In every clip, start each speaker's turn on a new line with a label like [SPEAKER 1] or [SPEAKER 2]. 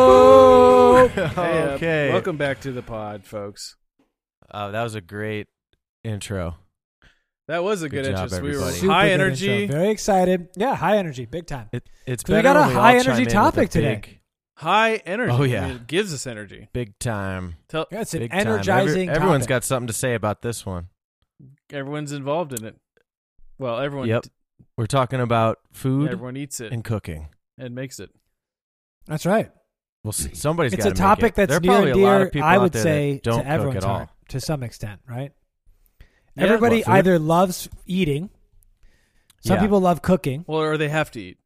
[SPEAKER 1] Hey.
[SPEAKER 2] Hey, uh,
[SPEAKER 3] Okay.
[SPEAKER 2] Welcome back to the pod, folks.
[SPEAKER 3] Oh, that was a great intro.
[SPEAKER 2] That was a
[SPEAKER 3] Good
[SPEAKER 2] good,
[SPEAKER 3] job,
[SPEAKER 2] interest. We were
[SPEAKER 3] everybody.
[SPEAKER 1] Super
[SPEAKER 2] high
[SPEAKER 1] good
[SPEAKER 2] energy,
[SPEAKER 1] intro. Very excited. Yeah, high energy, big time.
[SPEAKER 3] It, it's
[SPEAKER 1] 'Cause we
[SPEAKER 3] better
[SPEAKER 1] got a
[SPEAKER 3] when all
[SPEAKER 1] high
[SPEAKER 3] chime
[SPEAKER 1] energy
[SPEAKER 3] in with a
[SPEAKER 1] topic today.
[SPEAKER 3] Big,
[SPEAKER 2] high energy.
[SPEAKER 3] Oh,
[SPEAKER 2] I
[SPEAKER 3] yeah.
[SPEAKER 2] mean, it gives us energy.
[SPEAKER 3] big time.
[SPEAKER 2] Tell
[SPEAKER 1] Yeah, it's an
[SPEAKER 3] big
[SPEAKER 1] energizing.
[SPEAKER 3] Time. Every, everyone's
[SPEAKER 1] topic.
[SPEAKER 3] got something to say about this one.
[SPEAKER 2] everyone's involved in it. Well, everyone
[SPEAKER 3] Yep. We're talking about food
[SPEAKER 2] everyone eats it and,
[SPEAKER 3] and cooking.
[SPEAKER 2] makes it.
[SPEAKER 1] That's right.
[SPEAKER 3] Well, s- somebody's
[SPEAKER 1] It's
[SPEAKER 3] got
[SPEAKER 1] a
[SPEAKER 3] to
[SPEAKER 1] topic
[SPEAKER 3] make it.
[SPEAKER 1] that's
[SPEAKER 3] there
[SPEAKER 1] near
[SPEAKER 3] are
[SPEAKER 1] and
[SPEAKER 3] probably a lot of
[SPEAKER 1] dear.
[SPEAKER 3] people
[SPEAKER 1] I
[SPEAKER 3] out
[SPEAKER 1] would
[SPEAKER 3] there
[SPEAKER 1] say
[SPEAKER 3] that don't
[SPEAKER 1] to everyone
[SPEAKER 3] cook at
[SPEAKER 1] to,
[SPEAKER 3] all.
[SPEAKER 1] to some extent, right?
[SPEAKER 2] Yeah.
[SPEAKER 1] Everybody
[SPEAKER 3] What, food?
[SPEAKER 1] either loves eating. Some
[SPEAKER 3] Yeah.
[SPEAKER 1] people love cooking.
[SPEAKER 2] Well, or they have to eat.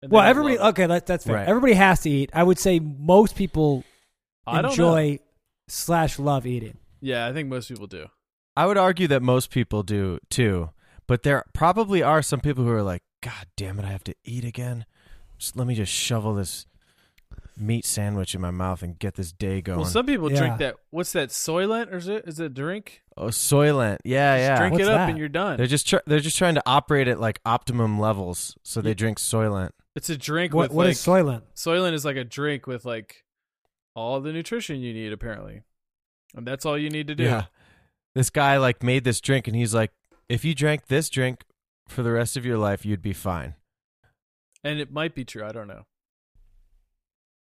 [SPEAKER 2] And they
[SPEAKER 1] Well,
[SPEAKER 2] don't
[SPEAKER 1] everybody.
[SPEAKER 2] love it.
[SPEAKER 1] Okay, that, that's fair.
[SPEAKER 3] Right.
[SPEAKER 1] Everybody has to eat. I would say most people
[SPEAKER 2] I don't know.
[SPEAKER 1] enjoy slash love eating.
[SPEAKER 2] Yeah, I think most people do.
[SPEAKER 3] I would argue that most people do too, but there probably are some people who are like, "God damn it, I have to eat again. Just let me just shovel this meat sandwich in my mouth and get this day going."
[SPEAKER 2] Well, some people
[SPEAKER 1] Yeah.
[SPEAKER 2] drink that. What's that? Soylent or is it? Is it a drink?
[SPEAKER 3] oh, Soylent, yeah,
[SPEAKER 2] Just
[SPEAKER 3] yeah.
[SPEAKER 2] drink
[SPEAKER 1] What's
[SPEAKER 2] it up
[SPEAKER 1] that?
[SPEAKER 2] and you're done.
[SPEAKER 3] They're just tr- they're just trying to operate at like optimum levels, so they
[SPEAKER 2] Yeah.
[SPEAKER 3] drink Soylent.
[SPEAKER 2] it's a drink
[SPEAKER 1] What,
[SPEAKER 2] with
[SPEAKER 1] what
[SPEAKER 2] like
[SPEAKER 1] is Soylent?
[SPEAKER 2] Soylent is like a drink with like all the nutrition you need apparently, and that's all you need to do.
[SPEAKER 3] this guy like made this drink, and he's like, "If you drank this drink for the rest of your life, you'd be fine."
[SPEAKER 2] And it might be true. I don't know.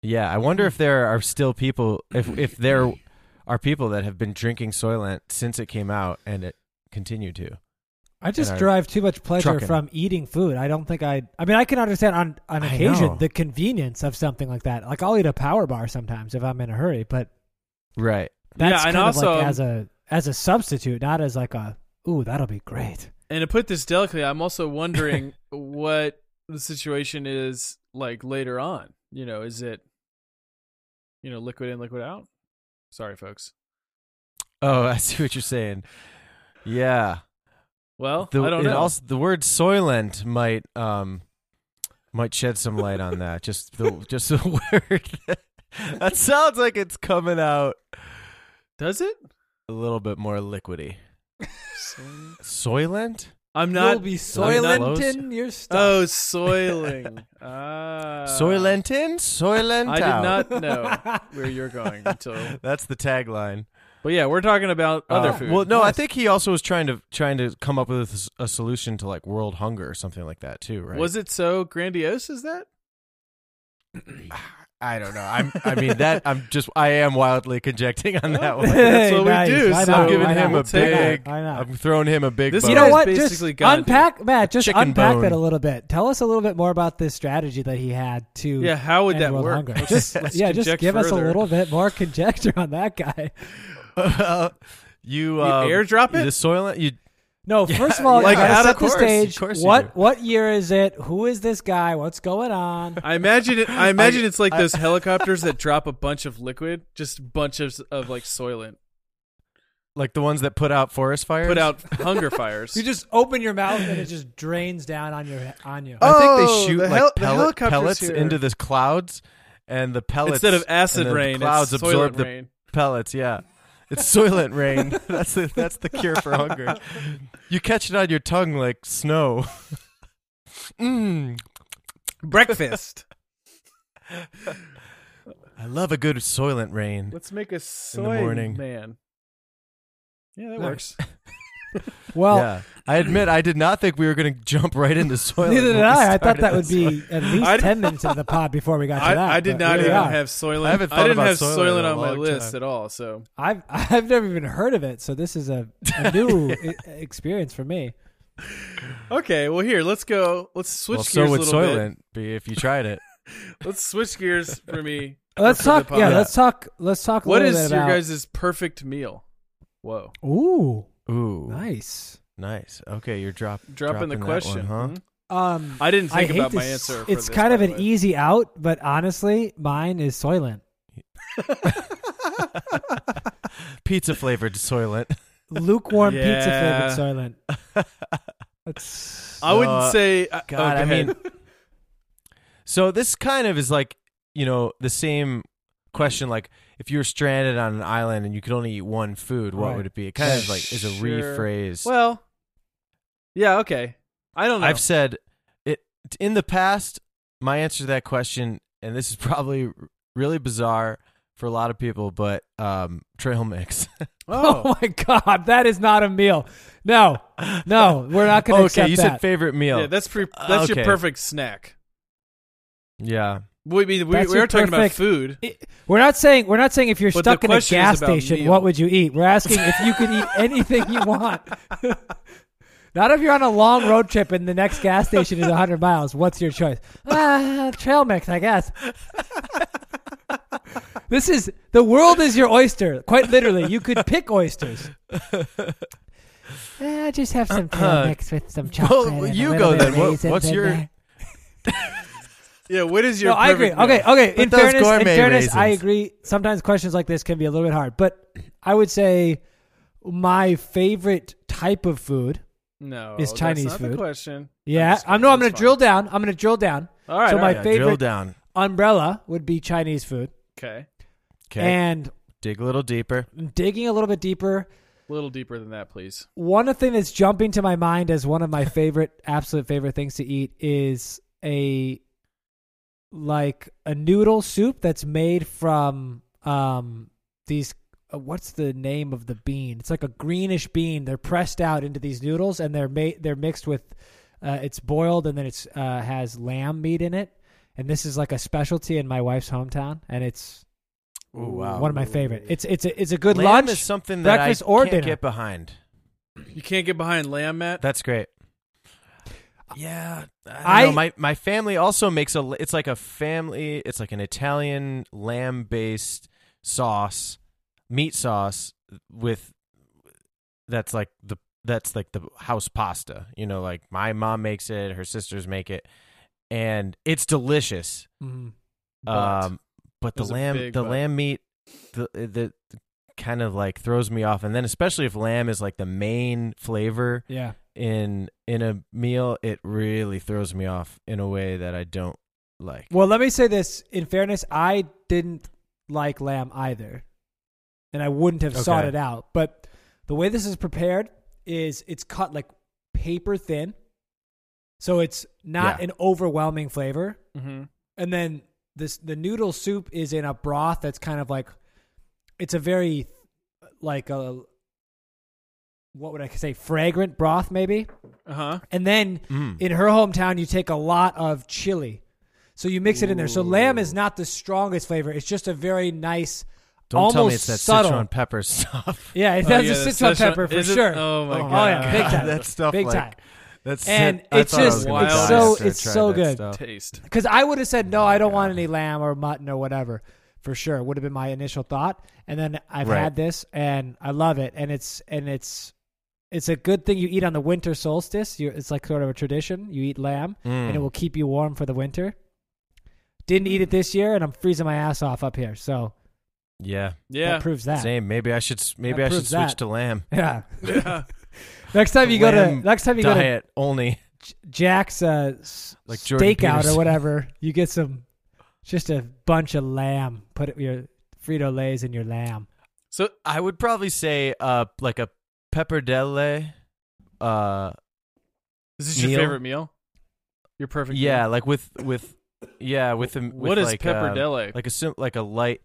[SPEAKER 3] Yeah, I wonder if there are still people if if there are people that have been drinking Soylent since it came out and it continued to.
[SPEAKER 1] I just
[SPEAKER 3] our
[SPEAKER 1] derive too much pleasure
[SPEAKER 3] trucking.
[SPEAKER 1] from eating food. I don't think I. I mean, I can understand on on
[SPEAKER 3] I know.
[SPEAKER 1] occasion the convenience of something like that. Like I'll eat a power bar sometimes if I'm in a hurry, but
[SPEAKER 3] Right.
[SPEAKER 1] that's
[SPEAKER 2] yeah,
[SPEAKER 1] kind
[SPEAKER 2] and
[SPEAKER 1] of
[SPEAKER 2] also um,
[SPEAKER 1] like as a as a substitute, not as like a ooh that'll be great.
[SPEAKER 2] And to put this delicately, I'm also wondering what the situation is like later on. You know, is it, you know, liquid in, liquid out? Sorry, folks.
[SPEAKER 3] Oh, I see what you're saying. Yeah.
[SPEAKER 2] Well,
[SPEAKER 3] The,
[SPEAKER 2] I don't
[SPEAKER 3] it
[SPEAKER 2] know.
[SPEAKER 3] Also, the word Soylent might um might shed some light on that. Just the just the word. that sounds like it's coming out
[SPEAKER 2] Does it?
[SPEAKER 3] a little bit more liquidy. Soylent?
[SPEAKER 2] I'm not.
[SPEAKER 3] soylent
[SPEAKER 2] I'm not-
[SPEAKER 3] in
[SPEAKER 1] your
[SPEAKER 2] Oh, soiling. Ah.
[SPEAKER 3] Soylentin? Soylent
[SPEAKER 2] I did not know where you're going until.
[SPEAKER 3] That's the tagline.
[SPEAKER 2] But yeah, we're talking about other
[SPEAKER 3] Uh,
[SPEAKER 2] food.
[SPEAKER 3] Well, no, I
[SPEAKER 1] Yes.
[SPEAKER 3] think he also was trying to trying to come up with a, s- a solution to like world hunger or something like that too, right?
[SPEAKER 2] Was it so grandiose as that?
[SPEAKER 3] I don't know. I'm, I mean that I'm just I am wildly conjecting on that one.
[SPEAKER 2] That's what we do,
[SPEAKER 1] Why
[SPEAKER 2] so
[SPEAKER 1] not?
[SPEAKER 2] I'm giving
[SPEAKER 1] Why
[SPEAKER 2] him
[SPEAKER 1] not?
[SPEAKER 2] a
[SPEAKER 1] Why not?
[SPEAKER 2] big-
[SPEAKER 1] Why not?
[SPEAKER 3] I'm throwing him a big.
[SPEAKER 2] This
[SPEAKER 3] bone.
[SPEAKER 1] you
[SPEAKER 2] Guys
[SPEAKER 1] know what? Just
[SPEAKER 2] basically gotta do
[SPEAKER 1] unpack Matt. Just
[SPEAKER 3] chicken
[SPEAKER 1] unpack
[SPEAKER 3] bone.
[SPEAKER 1] that a little bit. Tell us a little bit more about this strategy that he had to.
[SPEAKER 2] Yeah, how would
[SPEAKER 1] end
[SPEAKER 2] that
[SPEAKER 1] world
[SPEAKER 2] work?
[SPEAKER 1] hunger.
[SPEAKER 2] Let's-
[SPEAKER 1] Just
[SPEAKER 2] let's
[SPEAKER 1] yeah, just
[SPEAKER 2] conject
[SPEAKER 1] give us a
[SPEAKER 2] further.
[SPEAKER 1] little bit more conjecture on that guy.
[SPEAKER 3] you
[SPEAKER 2] You
[SPEAKER 3] um,
[SPEAKER 2] airdrop
[SPEAKER 3] The
[SPEAKER 2] it?
[SPEAKER 3] soylent. You
[SPEAKER 1] No, first of all,
[SPEAKER 3] like,
[SPEAKER 1] you gotta
[SPEAKER 3] out of
[SPEAKER 1] set the
[SPEAKER 3] course, of
[SPEAKER 1] stage.
[SPEAKER 3] course you do.
[SPEAKER 1] What what year is it? Who is this guy? What's going on?
[SPEAKER 2] I imagine it. I imagine it's like
[SPEAKER 3] I-
[SPEAKER 2] those helicopters that drop a bunch of liquid, just bunches of like soylent,
[SPEAKER 3] like the ones that put out forest fires.
[SPEAKER 2] put out hunger fires.
[SPEAKER 1] You just open your mouth and it just drains down on your on you.
[SPEAKER 3] I think they
[SPEAKER 2] Oh,
[SPEAKER 3] shoot
[SPEAKER 2] the
[SPEAKER 3] like
[SPEAKER 2] hel- the
[SPEAKER 3] pellet-
[SPEAKER 2] helicopters
[SPEAKER 3] pellets
[SPEAKER 2] here.
[SPEAKER 3] into the clouds, and the pellets
[SPEAKER 2] instead of acid
[SPEAKER 3] and then the
[SPEAKER 2] rain,
[SPEAKER 3] clouds
[SPEAKER 2] it's
[SPEAKER 3] absorb
[SPEAKER 2] soylent
[SPEAKER 3] the
[SPEAKER 2] rain.
[SPEAKER 3] pellets. Yeah, it's soylent rain. That's the that's the cure for hunger. You catch it on your tongue like snow. Mmm,
[SPEAKER 2] Breakfast.
[SPEAKER 3] I love a good soylent rain.
[SPEAKER 2] Let's make a soy
[SPEAKER 3] morning.
[SPEAKER 2] man. Yeah, that works.
[SPEAKER 3] Nice.
[SPEAKER 1] Well,
[SPEAKER 3] yeah, I admit I did not think we were going to jump right into soylent.
[SPEAKER 1] neither
[SPEAKER 3] when
[SPEAKER 1] did
[SPEAKER 3] we
[SPEAKER 1] I. I thought
[SPEAKER 3] started
[SPEAKER 1] that would
[SPEAKER 3] this
[SPEAKER 1] be at least
[SPEAKER 2] I-
[SPEAKER 1] ten minutes of the pod before we got to
[SPEAKER 2] I,
[SPEAKER 1] that.
[SPEAKER 2] I did
[SPEAKER 1] but
[SPEAKER 2] not
[SPEAKER 1] here we
[SPEAKER 2] even
[SPEAKER 1] are.
[SPEAKER 2] have soylent.
[SPEAKER 3] I haven't thought
[SPEAKER 2] didn't
[SPEAKER 3] about
[SPEAKER 2] have
[SPEAKER 3] soylent
[SPEAKER 2] soylent
[SPEAKER 3] in a
[SPEAKER 2] on my
[SPEAKER 3] long
[SPEAKER 2] list
[SPEAKER 3] time.
[SPEAKER 2] at all. So
[SPEAKER 1] I've I've never even heard of it, so this is a, a new i- experience for me.
[SPEAKER 2] okay, well here, let's go. Let's switch
[SPEAKER 3] well,
[SPEAKER 2] gears
[SPEAKER 3] so
[SPEAKER 2] a
[SPEAKER 3] would
[SPEAKER 2] little
[SPEAKER 3] soylent be if you tried it.
[SPEAKER 2] bit. Let's switch gears for me.
[SPEAKER 1] Let's
[SPEAKER 2] For the
[SPEAKER 1] talk. Yeah,
[SPEAKER 2] pod.
[SPEAKER 1] let's talk. Let's talk. A
[SPEAKER 2] What
[SPEAKER 1] little
[SPEAKER 2] is
[SPEAKER 1] bit
[SPEAKER 2] your
[SPEAKER 1] about,
[SPEAKER 2] guys' perfect meal? Whoa.
[SPEAKER 1] Ooh,
[SPEAKER 3] Ooh,
[SPEAKER 1] nice.
[SPEAKER 3] nice. Okay, you're drop
[SPEAKER 2] Dropping, the
[SPEAKER 3] that
[SPEAKER 2] question,
[SPEAKER 3] one,
[SPEAKER 2] mhm.
[SPEAKER 3] huh?
[SPEAKER 1] Um,
[SPEAKER 2] I didn't think
[SPEAKER 1] hate
[SPEAKER 2] about
[SPEAKER 1] to
[SPEAKER 2] my
[SPEAKER 1] s-
[SPEAKER 2] answer. for
[SPEAKER 1] It's
[SPEAKER 2] this,
[SPEAKER 1] kind
[SPEAKER 2] by
[SPEAKER 1] of
[SPEAKER 2] the
[SPEAKER 1] an e-
[SPEAKER 2] way.
[SPEAKER 1] easy out, but honestly, mine is Soylent.
[SPEAKER 3] Pizza flavored soylent.
[SPEAKER 1] Lukewarm
[SPEAKER 2] Yeah.
[SPEAKER 1] pizza flavored Soylent. Oh, That's
[SPEAKER 2] I wouldn't
[SPEAKER 3] Uh,
[SPEAKER 2] say. I- oh,
[SPEAKER 3] God,
[SPEAKER 2] go
[SPEAKER 3] I
[SPEAKER 2] ahead.
[SPEAKER 3] mean, so this kind of is like you know the same question. Like if you were stranded on an island and you could only eat one food, what
[SPEAKER 1] Right.
[SPEAKER 3] would it be? It kind of like is a
[SPEAKER 2] Sure.
[SPEAKER 3] rephrase.
[SPEAKER 2] well, yeah, okay. I don't know.
[SPEAKER 3] I've said it in the past. my answer to that question, and this is probably r- really bizarre for a lot of people, but um, trail mix.
[SPEAKER 1] Oh. my God, that is not a meal. No, no, we're not going to
[SPEAKER 3] okay,
[SPEAKER 1] accept
[SPEAKER 3] you said
[SPEAKER 1] that.
[SPEAKER 3] favorite meal.
[SPEAKER 2] yeah, that's pre- that's
[SPEAKER 3] uh, Okay.
[SPEAKER 2] your perfect snack.
[SPEAKER 3] yeah.
[SPEAKER 2] We we, we,
[SPEAKER 1] That's
[SPEAKER 2] we
[SPEAKER 1] your
[SPEAKER 2] are talking about
[SPEAKER 1] perfect-
[SPEAKER 2] food.
[SPEAKER 1] we're not saying we're not saying if you're
[SPEAKER 2] But the
[SPEAKER 1] stuck in a
[SPEAKER 2] question is
[SPEAKER 1] gas
[SPEAKER 2] about
[SPEAKER 1] station,
[SPEAKER 2] meal.
[SPEAKER 1] what would you eat? We're asking if you could eat anything you want. not if you're on a long road trip and the next gas station is 100 miles. What's your choice? Ah, trail mix, I guess. this is the world is your oyster. Quite literally, you could pick oysters. Ah, just have some trail mix with some chocolate. and a
[SPEAKER 3] Uh, you
[SPEAKER 1] little
[SPEAKER 3] go
[SPEAKER 1] bit of
[SPEAKER 3] then. What-
[SPEAKER 1] raisins
[SPEAKER 3] what's
[SPEAKER 1] in
[SPEAKER 3] your-
[SPEAKER 1] there.
[SPEAKER 2] Yeah, what is your?
[SPEAKER 1] No, I agree.
[SPEAKER 2] perfect meal?
[SPEAKER 1] Okay, okay.
[SPEAKER 3] But
[SPEAKER 1] in
[SPEAKER 3] those
[SPEAKER 1] fairness, in
[SPEAKER 3] gourmet
[SPEAKER 1] fairness, I
[SPEAKER 3] raisins.
[SPEAKER 1] agree. Sometimes questions like this can be a little bit hard, but I would say my favorite type of food.
[SPEAKER 2] No,
[SPEAKER 1] It's
[SPEAKER 2] that's
[SPEAKER 1] Chinese
[SPEAKER 2] not the
[SPEAKER 1] food.
[SPEAKER 2] question. I'm
[SPEAKER 1] Yeah,
[SPEAKER 2] just
[SPEAKER 1] I know. I'm
[SPEAKER 2] kidding.
[SPEAKER 1] going to
[SPEAKER 2] That's
[SPEAKER 1] drill down. I'm going to drill down.
[SPEAKER 2] fine. All right,
[SPEAKER 1] so
[SPEAKER 2] all
[SPEAKER 1] my
[SPEAKER 2] right.
[SPEAKER 1] fa- favorite-
[SPEAKER 3] Drill down.
[SPEAKER 1] Umbrella would be Chinese food,
[SPEAKER 2] okay,
[SPEAKER 3] Okay.
[SPEAKER 1] and
[SPEAKER 3] Dig a little deeper.
[SPEAKER 1] digging a little bit deeper.
[SPEAKER 2] a little deeper than that, please.
[SPEAKER 1] One thing that's jumping to my mind as one of my favorite, absolute favorite things to eat is a like a noodle soup that's made from um these uh, what's the name of the bean? It's like a greenish bean. They're pressed out into these noodles and they're made they're mixed with uh, it's boiled and then it's uh, has lamb meat in it. And this is like a specialty in my wife's hometown, and it's
[SPEAKER 3] Oh, wow.
[SPEAKER 1] one of my favorite. It's it's a, it's a good
[SPEAKER 3] Lamb
[SPEAKER 1] lunch.
[SPEAKER 3] is something that
[SPEAKER 1] breakfast,
[SPEAKER 3] I
[SPEAKER 1] or
[SPEAKER 3] can't
[SPEAKER 1] dinner.
[SPEAKER 3] get behind.
[SPEAKER 2] You can't get behind lamb, Matt.
[SPEAKER 3] That's great. Yeah, I, don't
[SPEAKER 1] I-
[SPEAKER 3] know. my my family also makes a. It's like a family. It's like an Italian lamb based sauce, meat sauce with that's like the that's like the house pasta. You know, like my mom makes it, her sisters make it, and it's delicious.
[SPEAKER 1] Mhm.
[SPEAKER 2] But-
[SPEAKER 3] Um, but the
[SPEAKER 2] There's a
[SPEAKER 3] lamb
[SPEAKER 2] big
[SPEAKER 3] the
[SPEAKER 2] but.
[SPEAKER 3] lamb meat the the kind of like throws me off, and then especially if lamb is like the main flavor
[SPEAKER 1] Yeah.
[SPEAKER 3] in in a meal, it really throws me off in a way that I don't like.
[SPEAKER 1] Well, let me say this. In fairness, I didn't like lamb either, and I wouldn't have sought
[SPEAKER 3] Okay.
[SPEAKER 1] it out. But the way this is prepared is it's cut like paper thin, so it's not
[SPEAKER 3] Yeah.
[SPEAKER 1] an overwhelming flavor.
[SPEAKER 2] hmm
[SPEAKER 1] And then this the noodle soup is in a broth that's kind of like it's a very like a what would I say fragrant broth maybe.
[SPEAKER 2] Uh huh.
[SPEAKER 1] And then
[SPEAKER 3] Mm.
[SPEAKER 1] in her hometown, you take a lot of chili. So you mix it in there. So lamb is not the strongest flavor. It's just a very nice,
[SPEAKER 3] don't
[SPEAKER 1] almost
[SPEAKER 3] tell me it's that
[SPEAKER 1] subtle.
[SPEAKER 3] Sichuan pepper stuff.
[SPEAKER 1] uh, Yeah, it
[SPEAKER 2] Oh,
[SPEAKER 1] has
[SPEAKER 2] yeah,
[SPEAKER 1] a
[SPEAKER 2] the
[SPEAKER 1] Sichuan
[SPEAKER 2] Sichuan-
[SPEAKER 1] pepper for
[SPEAKER 2] is it-
[SPEAKER 1] sure.
[SPEAKER 2] oh my
[SPEAKER 1] yeah,
[SPEAKER 2] God.
[SPEAKER 1] big time,
[SPEAKER 3] that stuff
[SPEAKER 1] big
[SPEAKER 3] like,
[SPEAKER 1] time.
[SPEAKER 3] That's
[SPEAKER 1] And
[SPEAKER 3] I
[SPEAKER 1] it's
[SPEAKER 3] thought I was
[SPEAKER 2] just-
[SPEAKER 3] gonna
[SPEAKER 2] it's
[SPEAKER 3] die
[SPEAKER 2] so-
[SPEAKER 3] after I
[SPEAKER 1] it's
[SPEAKER 3] tried
[SPEAKER 1] so
[SPEAKER 3] Oh. that
[SPEAKER 1] good.
[SPEAKER 3] stuff.
[SPEAKER 2] Taste.
[SPEAKER 1] Because I would have said no, I don't want
[SPEAKER 3] God.
[SPEAKER 1] any lamb or mutton or whatever, for sure. Would have been my initial thought. And then I've
[SPEAKER 3] Right.
[SPEAKER 1] had this, and I love it. And it's and it's it's a good thing you eat on the winter solstice. you it's like sort of a tradition. You eat lamb,
[SPEAKER 3] Mm.
[SPEAKER 1] and it will keep you warm for the winter. Didn't eat it this year, and I'm freezing my ass off up here. So
[SPEAKER 3] Yeah,
[SPEAKER 2] Yeah.
[SPEAKER 1] that proves that.
[SPEAKER 3] same. Maybe I should. s- Maybe
[SPEAKER 1] That
[SPEAKER 3] I should
[SPEAKER 1] proves
[SPEAKER 3] switch
[SPEAKER 1] that.
[SPEAKER 3] to lamb.
[SPEAKER 1] Yeah.
[SPEAKER 2] yeah.
[SPEAKER 1] Next time you go to
[SPEAKER 3] Lamb
[SPEAKER 1] next time you go to
[SPEAKER 3] Diet only.
[SPEAKER 1] J- Jack's uh, s-
[SPEAKER 3] Like Jordan
[SPEAKER 1] steakout or
[SPEAKER 3] Peterson.
[SPEAKER 1] whatever, you get some just a bunch of lamb. Put it, your Frito Lay's in your lamb.
[SPEAKER 2] So
[SPEAKER 3] I would probably say uh like a pepperdelle. Uh,
[SPEAKER 2] is this your
[SPEAKER 3] Meal?
[SPEAKER 2] favorite meal? Your perfect.
[SPEAKER 3] yeah,
[SPEAKER 2] Meal?
[SPEAKER 3] like with with yeah with a, with
[SPEAKER 2] What is
[SPEAKER 3] like, uh,
[SPEAKER 2] pepperdelle?
[SPEAKER 3] like a sim- like a light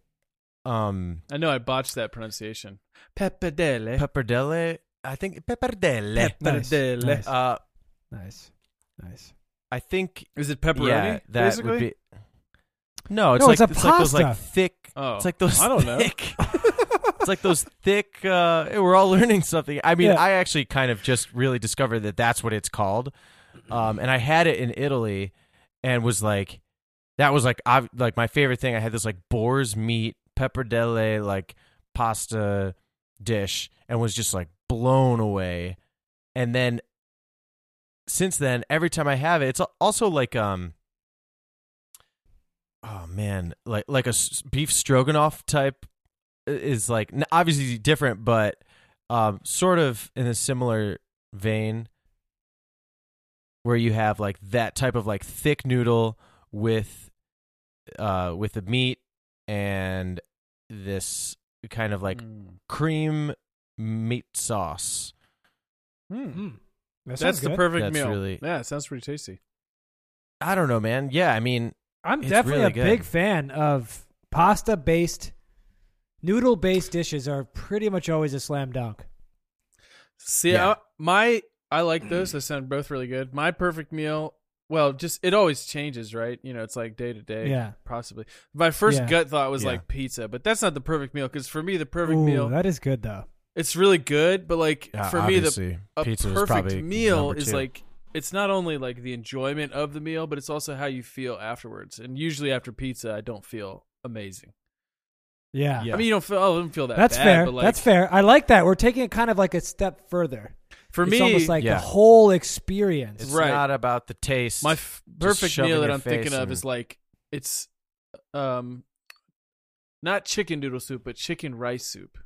[SPEAKER 3] um
[SPEAKER 2] I know I botched that pronunciation. Pepperdelle.
[SPEAKER 3] pepperdelle. I think pepperdelle.
[SPEAKER 2] Pep- Pepperdelle.
[SPEAKER 1] Nice, nice,
[SPEAKER 3] Uh,
[SPEAKER 1] nice, nice.
[SPEAKER 3] I think
[SPEAKER 2] Is it pepperoni?
[SPEAKER 3] yeah, that
[SPEAKER 2] basically?
[SPEAKER 3] would be. No, it's
[SPEAKER 1] No,
[SPEAKER 3] like
[SPEAKER 1] it's a
[SPEAKER 3] it's like those like
[SPEAKER 1] pasta.
[SPEAKER 3] thick.
[SPEAKER 2] Oh,
[SPEAKER 3] It's like those.
[SPEAKER 2] I don't know.
[SPEAKER 3] thick, it's like those thick. Uh, hey, we're all learning something. I mean,
[SPEAKER 1] Yeah.
[SPEAKER 3] I actually kind of just really discovered that that's what it's called, um, and I had it in Italy, and was like, that was like I like my favorite thing. I had this like boar's meat pepperdelle like pasta dish, and was just like blown away. And then since then, every time I have it, it's al- also like um, oh man, like like a s- beef stroganoff type i- is like n- obviously different, but um, sort of in a similar vein where you have like that type of like thick noodle with uh with the meat and this kind of like
[SPEAKER 2] Mm.
[SPEAKER 3] cream meat sauce.
[SPEAKER 2] Mm.
[SPEAKER 1] Mm. That sounds
[SPEAKER 2] That's the
[SPEAKER 1] good.
[SPEAKER 2] perfect
[SPEAKER 3] hmm. That's
[SPEAKER 2] meal.
[SPEAKER 3] really-
[SPEAKER 2] Yeah, it sounds pretty tasty.
[SPEAKER 3] I don't know, man. Yeah, I mean,
[SPEAKER 1] I'm
[SPEAKER 3] It's
[SPEAKER 1] definitely
[SPEAKER 3] really
[SPEAKER 1] a
[SPEAKER 3] good.
[SPEAKER 1] big fan of pasta based, noodle based dishes are pretty much always a slam dunk.
[SPEAKER 2] See,
[SPEAKER 3] Yeah.
[SPEAKER 2] I, my I like those. They sound both really good. My perfect meal. Well, just it always changes, right? You know, it's like day to day.
[SPEAKER 1] Yeah.
[SPEAKER 2] possibly. My first
[SPEAKER 1] Yeah.
[SPEAKER 2] gut thought was
[SPEAKER 3] Yeah.
[SPEAKER 2] like pizza, but that's not the perfect meal because for me the perfect
[SPEAKER 1] Ooh,
[SPEAKER 2] meal
[SPEAKER 1] that is good though.
[SPEAKER 2] it's really good, but like
[SPEAKER 3] yeah,
[SPEAKER 2] for me the
[SPEAKER 3] uh, obviously,
[SPEAKER 2] a
[SPEAKER 3] pizza is
[SPEAKER 2] perfect
[SPEAKER 3] probably
[SPEAKER 2] meal
[SPEAKER 3] number
[SPEAKER 2] is
[SPEAKER 3] two.
[SPEAKER 2] like it's not only like the enjoyment of the meal, but it's also how you feel afterwards. And usually after pizza, I don't feel amazing.
[SPEAKER 1] Yeah,
[SPEAKER 3] Yeah.
[SPEAKER 2] I mean, you don't feel. oh, I don't feel that.
[SPEAKER 1] that's
[SPEAKER 2] bad,
[SPEAKER 1] fair.
[SPEAKER 2] But like,
[SPEAKER 1] that's fair. I like that. We're taking it kind of like a step further.
[SPEAKER 2] For
[SPEAKER 1] it's
[SPEAKER 2] me,
[SPEAKER 1] almost like
[SPEAKER 3] Yeah.
[SPEAKER 1] the whole experience.
[SPEAKER 3] it's
[SPEAKER 2] right.
[SPEAKER 3] not about the taste.
[SPEAKER 2] my f- perfect
[SPEAKER 3] shove in
[SPEAKER 2] meal that
[SPEAKER 3] your
[SPEAKER 2] I'm thinking
[SPEAKER 3] face
[SPEAKER 2] of
[SPEAKER 3] and-
[SPEAKER 2] is like it's, um, not chicken noodle soup, but chicken rice soup.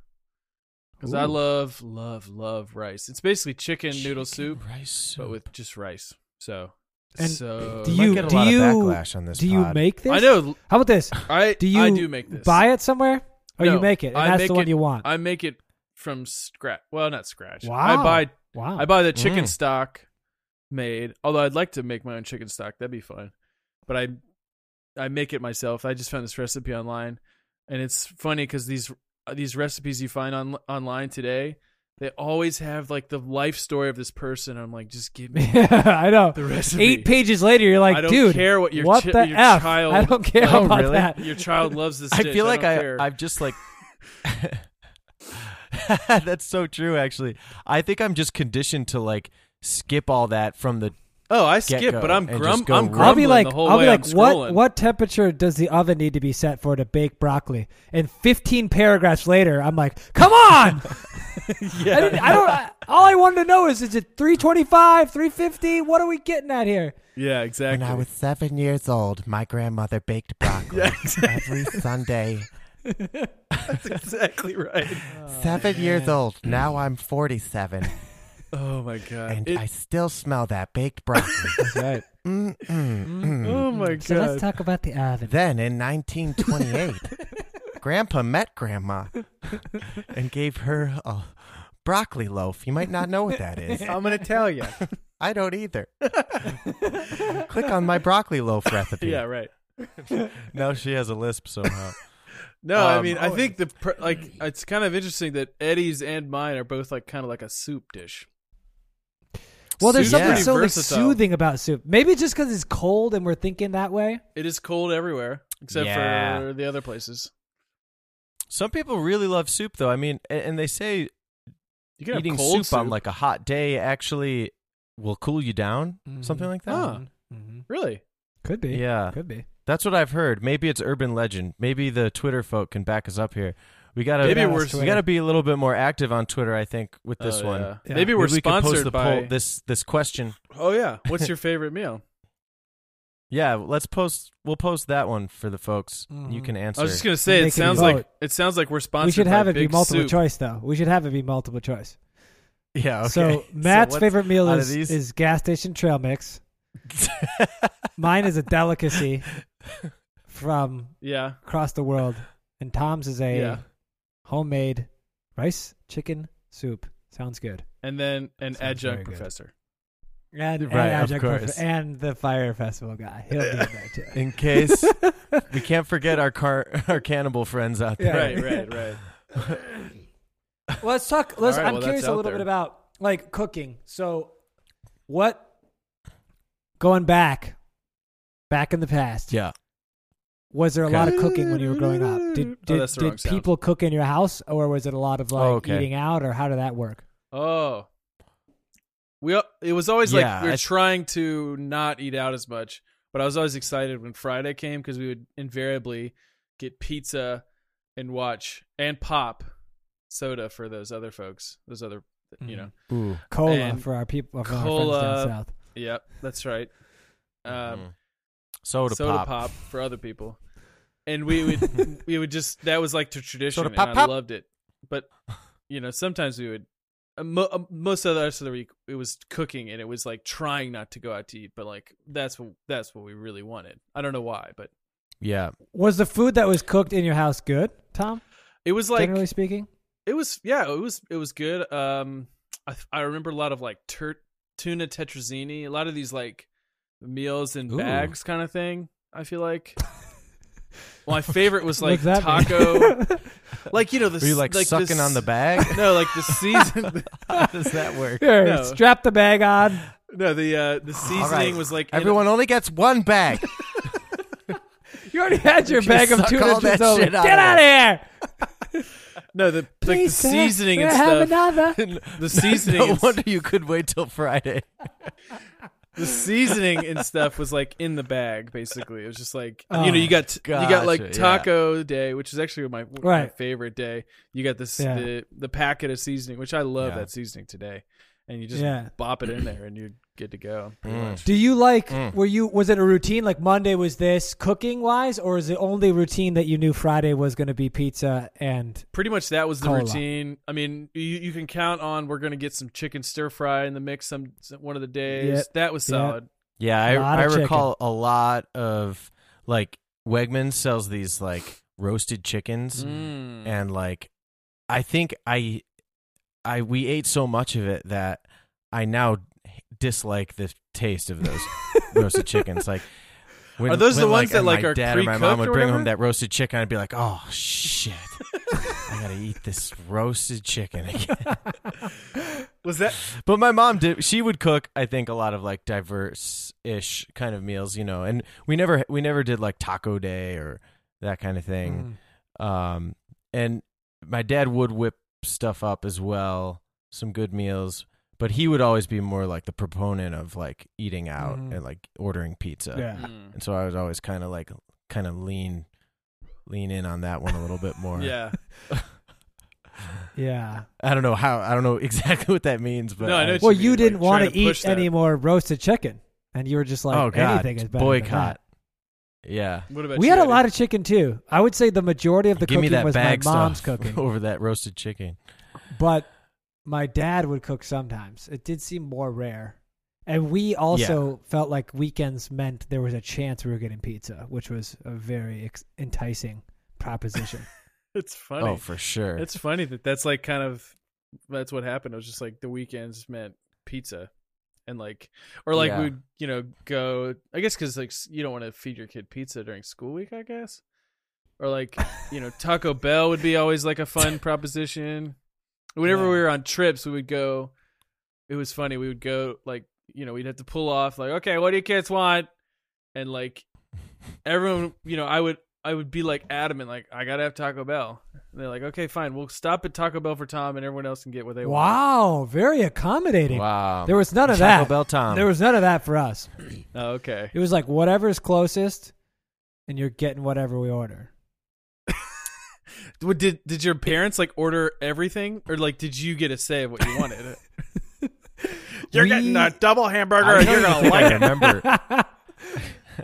[SPEAKER 2] Because I
[SPEAKER 3] Ooh.
[SPEAKER 2] love, love, love rice. It's basically chicken, noodle
[SPEAKER 3] Chicken
[SPEAKER 2] soup,
[SPEAKER 3] rice soup.
[SPEAKER 2] but with just rice. So,
[SPEAKER 1] And
[SPEAKER 2] so
[SPEAKER 1] do
[SPEAKER 3] Might
[SPEAKER 1] you-
[SPEAKER 3] get a
[SPEAKER 1] do
[SPEAKER 3] lot
[SPEAKER 1] you-
[SPEAKER 3] of backlash on this?
[SPEAKER 1] Do you
[SPEAKER 3] pod.
[SPEAKER 1] make this?
[SPEAKER 2] I know.
[SPEAKER 1] How about this?
[SPEAKER 2] I
[SPEAKER 1] Do you
[SPEAKER 2] I do make this.
[SPEAKER 1] Buy it somewhere, or
[SPEAKER 2] No,
[SPEAKER 1] you make it, and
[SPEAKER 2] I
[SPEAKER 1] that's
[SPEAKER 2] make
[SPEAKER 1] the one
[SPEAKER 2] it-
[SPEAKER 1] you want.
[SPEAKER 2] I make it from scratch. Well, not scratch.
[SPEAKER 1] wow.
[SPEAKER 2] I buy
[SPEAKER 1] Wow.
[SPEAKER 2] I buy the chicken
[SPEAKER 3] Mm.
[SPEAKER 2] stock made. Although I'd like to make my own chicken stock. That'd be fun. But I I make it myself. I just found this recipe online, and it's funny because these these recipes you find on online today, they always have like the life story of this person. I'm like, just give me
[SPEAKER 1] I know.
[SPEAKER 2] the recipe.
[SPEAKER 1] Eight pages later, you're like,
[SPEAKER 2] I don't
[SPEAKER 1] dude,
[SPEAKER 2] care what your
[SPEAKER 1] what
[SPEAKER 2] chi-
[SPEAKER 1] the
[SPEAKER 2] your
[SPEAKER 1] f?
[SPEAKER 2] child-
[SPEAKER 1] I don't care
[SPEAKER 3] Oh,
[SPEAKER 1] about
[SPEAKER 3] really?
[SPEAKER 1] that.
[SPEAKER 2] Your child loves this.
[SPEAKER 3] I
[SPEAKER 2] dish.
[SPEAKER 3] feel like
[SPEAKER 2] don't
[SPEAKER 3] I,
[SPEAKER 2] care.
[SPEAKER 3] I've just like. That's so true. Actually, I think I'm just conditioned to like skip all that from the.
[SPEAKER 2] oh I skip,
[SPEAKER 3] get-go
[SPEAKER 2] but I'm
[SPEAKER 3] and
[SPEAKER 2] grum.
[SPEAKER 3] just go
[SPEAKER 2] I'm
[SPEAKER 3] right-
[SPEAKER 2] grumbling
[SPEAKER 3] I'll
[SPEAKER 1] I'll be like,
[SPEAKER 2] the whole
[SPEAKER 1] I'll
[SPEAKER 2] way
[SPEAKER 1] be like,
[SPEAKER 2] I'm
[SPEAKER 1] what
[SPEAKER 2] scrolling.
[SPEAKER 1] what temperature does the oven need to be set for to bake broccoli? And 15 paragraphs later, I'm like, come on! I, didn't, I don't. I, all I wanted to know is, is it 325, 350? What are we getting at here?
[SPEAKER 2] Yeah, exactly.
[SPEAKER 4] When I was seven years old, my grandmother baked broccoli every Sunday.
[SPEAKER 2] exactly right.
[SPEAKER 4] Seven years old. Now I'm 47,
[SPEAKER 2] Oh my god!
[SPEAKER 4] and
[SPEAKER 2] Mm. It-
[SPEAKER 4] I still smell that baked broccoli.
[SPEAKER 1] Right.
[SPEAKER 4] Mm, mm, mm.
[SPEAKER 2] oh my
[SPEAKER 1] So
[SPEAKER 2] god!
[SPEAKER 1] let's talk about the oven.
[SPEAKER 4] Then in 1928, Grandpa met Grandma and gave her a broccoli loaf. You might not know what that is.
[SPEAKER 2] I'm gonna tell you.
[SPEAKER 4] I don't either. Click on my broccoli loaf recipe.
[SPEAKER 2] yeah, right.
[SPEAKER 3] Now she has a lisp somehow.
[SPEAKER 2] No, I
[SPEAKER 3] Um,
[SPEAKER 2] mean, I think the pr- like it's kind of interesting that Eddie's and mine are both like kind of like a soup dish.
[SPEAKER 1] Well, there's
[SPEAKER 2] Soup's
[SPEAKER 1] something
[SPEAKER 2] pretty
[SPEAKER 1] so like,
[SPEAKER 2] versatile.
[SPEAKER 1] soothing about soup. Maybe it's just because it's cold and we're thinking that way.
[SPEAKER 2] It is cold everywhere except
[SPEAKER 3] Yeah.
[SPEAKER 2] for the other places.
[SPEAKER 3] Some people really love soup, though. I mean, a- and they say
[SPEAKER 2] You can
[SPEAKER 3] eating
[SPEAKER 2] have cold
[SPEAKER 3] soup, on like a hot day actually will cool you down,
[SPEAKER 2] Mm-hmm.
[SPEAKER 3] something like that.
[SPEAKER 2] Huh.
[SPEAKER 1] hmm
[SPEAKER 2] really.
[SPEAKER 1] Could be.
[SPEAKER 3] Yeah.
[SPEAKER 1] Could be.
[SPEAKER 3] That's what I've heard. Maybe it's urban legend. Maybe the Twitter folk can back us up here. We gotta
[SPEAKER 2] Maybe
[SPEAKER 1] Yeah,
[SPEAKER 2] we're
[SPEAKER 1] that's
[SPEAKER 3] we
[SPEAKER 1] Twitter.
[SPEAKER 3] gotta be a little bit more active on Twitter. I think with this
[SPEAKER 2] Oh,
[SPEAKER 3] one.
[SPEAKER 2] yeah.
[SPEAKER 1] Yeah.
[SPEAKER 2] Maybe we're
[SPEAKER 3] Maybe we could
[SPEAKER 2] sponsored
[SPEAKER 3] post the
[SPEAKER 2] by.
[SPEAKER 3] poll, this this question.
[SPEAKER 2] oh yeah, what's your favorite meal?
[SPEAKER 3] Yeah, let's post. We'll post that one for the folks. You
[SPEAKER 1] Mhm.
[SPEAKER 3] can answer.
[SPEAKER 2] Mm-hmm. I was just gonna say
[SPEAKER 1] They
[SPEAKER 2] it
[SPEAKER 1] can
[SPEAKER 2] sounds
[SPEAKER 1] vote.
[SPEAKER 2] like it sounds like we're sponsored.
[SPEAKER 1] we should
[SPEAKER 2] by
[SPEAKER 1] have it be
[SPEAKER 2] Big
[SPEAKER 1] multiple
[SPEAKER 2] Soup.
[SPEAKER 1] choice, though. We should have it be multiple choice.
[SPEAKER 3] yeah. Okay.
[SPEAKER 1] So Matt's
[SPEAKER 3] what's-
[SPEAKER 1] favorite meal
[SPEAKER 3] out of
[SPEAKER 1] is,
[SPEAKER 3] these-
[SPEAKER 1] is gas station trail mix. Mine is a delicacy from
[SPEAKER 2] Yeah,
[SPEAKER 1] across the world, and Tom's is a
[SPEAKER 2] Yeah.
[SPEAKER 1] homemade rice chicken soup. Sounds good.
[SPEAKER 2] and then an
[SPEAKER 1] Sounds very
[SPEAKER 2] adjunct
[SPEAKER 1] good.
[SPEAKER 2] professor.
[SPEAKER 1] And, and
[SPEAKER 3] Right, of
[SPEAKER 1] Abject Prof-
[SPEAKER 3] course.
[SPEAKER 1] and the fire festival guy. He'll be in there too.
[SPEAKER 3] in case we can't forget our car, our cannibal friends out there.
[SPEAKER 1] Yeah.
[SPEAKER 2] Right, right, right.
[SPEAKER 1] Well, let's talk. Let's,
[SPEAKER 2] All right,
[SPEAKER 1] I'm
[SPEAKER 2] well, that's
[SPEAKER 1] curious a
[SPEAKER 2] out
[SPEAKER 1] little
[SPEAKER 2] there.
[SPEAKER 1] bit about like cooking. So, what going back, back in the past?
[SPEAKER 3] Yeah.
[SPEAKER 1] Was there a
[SPEAKER 3] Okay.
[SPEAKER 1] lot of cooking when you were growing up? Did
[SPEAKER 2] Oh,
[SPEAKER 1] did,
[SPEAKER 2] that's the wrong
[SPEAKER 1] did
[SPEAKER 2] sound.
[SPEAKER 1] people cook in your house, or was it a lot of like
[SPEAKER 3] okay.
[SPEAKER 1] eating out, or how did that work?
[SPEAKER 2] Oh. We al- it was always
[SPEAKER 3] Yeah,
[SPEAKER 2] like we were
[SPEAKER 3] I-
[SPEAKER 2] trying to not eat out as much, but I was always excited when Friday came because we would invariably get pizza and watch and pop soda for those other folks, those other you know.
[SPEAKER 3] Ooh.
[SPEAKER 1] Cola
[SPEAKER 2] And
[SPEAKER 1] for our people, for our friends
[SPEAKER 2] cola,
[SPEAKER 1] down south.
[SPEAKER 2] Yep, that's right. Um,
[SPEAKER 3] Mhm. soda,
[SPEAKER 2] soda
[SPEAKER 3] pop.
[SPEAKER 2] pop. for other people, and we would we would just that was like the tradition,
[SPEAKER 3] Soda
[SPEAKER 2] and
[SPEAKER 3] pop,
[SPEAKER 2] I
[SPEAKER 3] pop.
[SPEAKER 2] loved it. But you know, sometimes we would uh, mo- uh, most of the rest of the week it was cooking, and it was like trying not to go out to eat, but like that's what that's what we really wanted. I don't know why, but
[SPEAKER 3] Yeah.
[SPEAKER 1] Was the food that was cooked in your house good, Tom?
[SPEAKER 2] it was like
[SPEAKER 1] generally speaking,
[SPEAKER 2] it was yeah, it was it was good. Um, I I remember a lot of like tur- tuna tetrazzini, a lot of these like the meals in
[SPEAKER 3] Ooh.
[SPEAKER 2] bags kind of thing. I feel like. My favorite was like
[SPEAKER 1] What's that mean?
[SPEAKER 2] taco, like you know the
[SPEAKER 3] Were you
[SPEAKER 2] s-
[SPEAKER 3] like,
[SPEAKER 2] the
[SPEAKER 3] sucking
[SPEAKER 2] s-
[SPEAKER 3] on the bag?
[SPEAKER 2] no like the season
[SPEAKER 3] How does that work?
[SPEAKER 1] Here,
[SPEAKER 2] No.
[SPEAKER 1] strap the bag on.
[SPEAKER 2] no the uh the seasoning was like in a-
[SPEAKER 4] Everyone only gets one bag.
[SPEAKER 1] You already had your bag of
[SPEAKER 4] suck
[SPEAKER 1] tuna
[SPEAKER 4] all that
[SPEAKER 1] Get
[SPEAKER 4] shit out of
[SPEAKER 1] out of here!
[SPEAKER 2] no the like the
[SPEAKER 1] Please, sir,
[SPEAKER 2] seasoning
[SPEAKER 1] may
[SPEAKER 2] and
[SPEAKER 1] I have
[SPEAKER 2] stuff
[SPEAKER 1] another.
[SPEAKER 2] the seasoning
[SPEAKER 3] No
[SPEAKER 2] and
[SPEAKER 3] wonder you could wait till Friday.
[SPEAKER 2] the seasoning and stuff was like in the bag basically it was just like you know
[SPEAKER 1] Oh,
[SPEAKER 2] you got you got like
[SPEAKER 3] gotcha, yeah.
[SPEAKER 2] taco day which is actually my, my
[SPEAKER 1] Right.
[SPEAKER 2] favorite day you got this
[SPEAKER 1] Yeah.
[SPEAKER 2] the, the packet of seasoning which i love
[SPEAKER 3] Yeah.
[SPEAKER 2] that seasoning today and you just
[SPEAKER 1] Yeah.
[SPEAKER 2] bop it in there and you're good to go pretty
[SPEAKER 3] Mm.
[SPEAKER 2] much.
[SPEAKER 1] Do you like?
[SPEAKER 3] Mm.
[SPEAKER 1] Were you? Was it a routine? Like Monday was this cooking wise, or is the only routine that you knew Friday was going to be pizza and
[SPEAKER 2] pretty much that was the
[SPEAKER 1] Cola.
[SPEAKER 2] routine i mean you, you can count on we're gonna get some chicken stir fry in the mix some some- one of the days
[SPEAKER 1] Yep.
[SPEAKER 2] that was
[SPEAKER 1] Yep.
[SPEAKER 2] solid
[SPEAKER 3] Yeah,
[SPEAKER 1] Lot
[SPEAKER 3] I, I
[SPEAKER 1] of chicken.
[SPEAKER 3] recall a lot of like Wegman sells these like roasted chickens
[SPEAKER 2] Mm.
[SPEAKER 3] and like I think I I we ate so much of it that I now dislike the taste of those roasted chickens like when,
[SPEAKER 2] Are those the
[SPEAKER 3] when,
[SPEAKER 2] ones that,
[SPEAKER 3] and
[SPEAKER 2] like,
[SPEAKER 3] my
[SPEAKER 2] are
[SPEAKER 3] dad or my
[SPEAKER 2] pre-cooked
[SPEAKER 3] mom would
[SPEAKER 2] or
[SPEAKER 3] bring
[SPEAKER 2] whatever?
[SPEAKER 3] home that roasted chicken? I'd be like, oh shit, I gotta eat this roasted chicken again.
[SPEAKER 2] was that
[SPEAKER 3] But my mom did. She would cook. I think a lot of like diverse-ish kind of meals, you know. And we never we never did like taco day or that kind of thing. Um, and my dad would whip stuff up as well, some good meals. But he would always be more like the proponent of like eating out
[SPEAKER 2] Mm-hmm.
[SPEAKER 1] Mhm.
[SPEAKER 3] and like ordering pizza.
[SPEAKER 1] yeah?
[SPEAKER 2] Mm.
[SPEAKER 3] And so I was always kind of like kind of lean lean in on that one a little bit more.
[SPEAKER 2] yeah
[SPEAKER 1] Yeah.
[SPEAKER 3] I don't know how. I don't know exactly what that means, but
[SPEAKER 2] No, I know what
[SPEAKER 1] Well,
[SPEAKER 2] you
[SPEAKER 1] you
[SPEAKER 2] mean,
[SPEAKER 1] didn't
[SPEAKER 2] like,
[SPEAKER 1] want
[SPEAKER 2] trying
[SPEAKER 1] to
[SPEAKER 2] to push
[SPEAKER 1] eat
[SPEAKER 2] that.
[SPEAKER 1] any more roasted chicken, and you were just like,
[SPEAKER 3] oh god,
[SPEAKER 1] anything is better. than
[SPEAKER 3] boycott. Yeah.
[SPEAKER 2] what
[SPEAKER 1] that.
[SPEAKER 2] about
[SPEAKER 1] We
[SPEAKER 2] you,
[SPEAKER 1] had a
[SPEAKER 2] Eddie?
[SPEAKER 1] lot of chicken too. I would say the majority of the
[SPEAKER 3] Give me
[SPEAKER 1] cooking
[SPEAKER 3] that
[SPEAKER 1] was my
[SPEAKER 3] bag
[SPEAKER 1] mom's
[SPEAKER 3] stuff
[SPEAKER 1] cooking,
[SPEAKER 3] over that roasted chicken.
[SPEAKER 1] but my dad would cook sometimes. It did seem more rare, and we also felt like weekends meant there was a chance we were getting pizza, which was a very ex- enticing proposition.
[SPEAKER 2] it's funny
[SPEAKER 3] Oh, for sure.
[SPEAKER 2] It's funny that that's like kind of that's what happened. It was just like the weekends meant pizza, and like or like
[SPEAKER 3] Yeah.
[SPEAKER 2] we'd you know go. I guess because like s- you don't want to feed your kid pizza during school week. I guess or like you know Taco Bell would be always like a fun proposition. Whenever we
[SPEAKER 1] Yeah.
[SPEAKER 2] were on trips, we would go. It was funny. We would go like you know we'd have to pull off like okay, what do you kids want? And like everyone, you know, I would I would be like adamant like I gotta have Taco Bell. And they're like, okay, fine, we'll stop at Taco Bell for Tom, and everyone else can get what they want.
[SPEAKER 1] wow, very accommodating.
[SPEAKER 3] wow.
[SPEAKER 1] There was none of
[SPEAKER 3] Taco
[SPEAKER 1] that.
[SPEAKER 3] Bell Tom.
[SPEAKER 1] There was none of that for us.
[SPEAKER 2] Oh, okay.
[SPEAKER 1] It was like whatever's closest, and you're getting whatever we order.
[SPEAKER 2] What, did did your parents like order everything, or like did you get a say of what you wanted?
[SPEAKER 1] We-
[SPEAKER 2] double hamburger,
[SPEAKER 3] I don't even think I remember.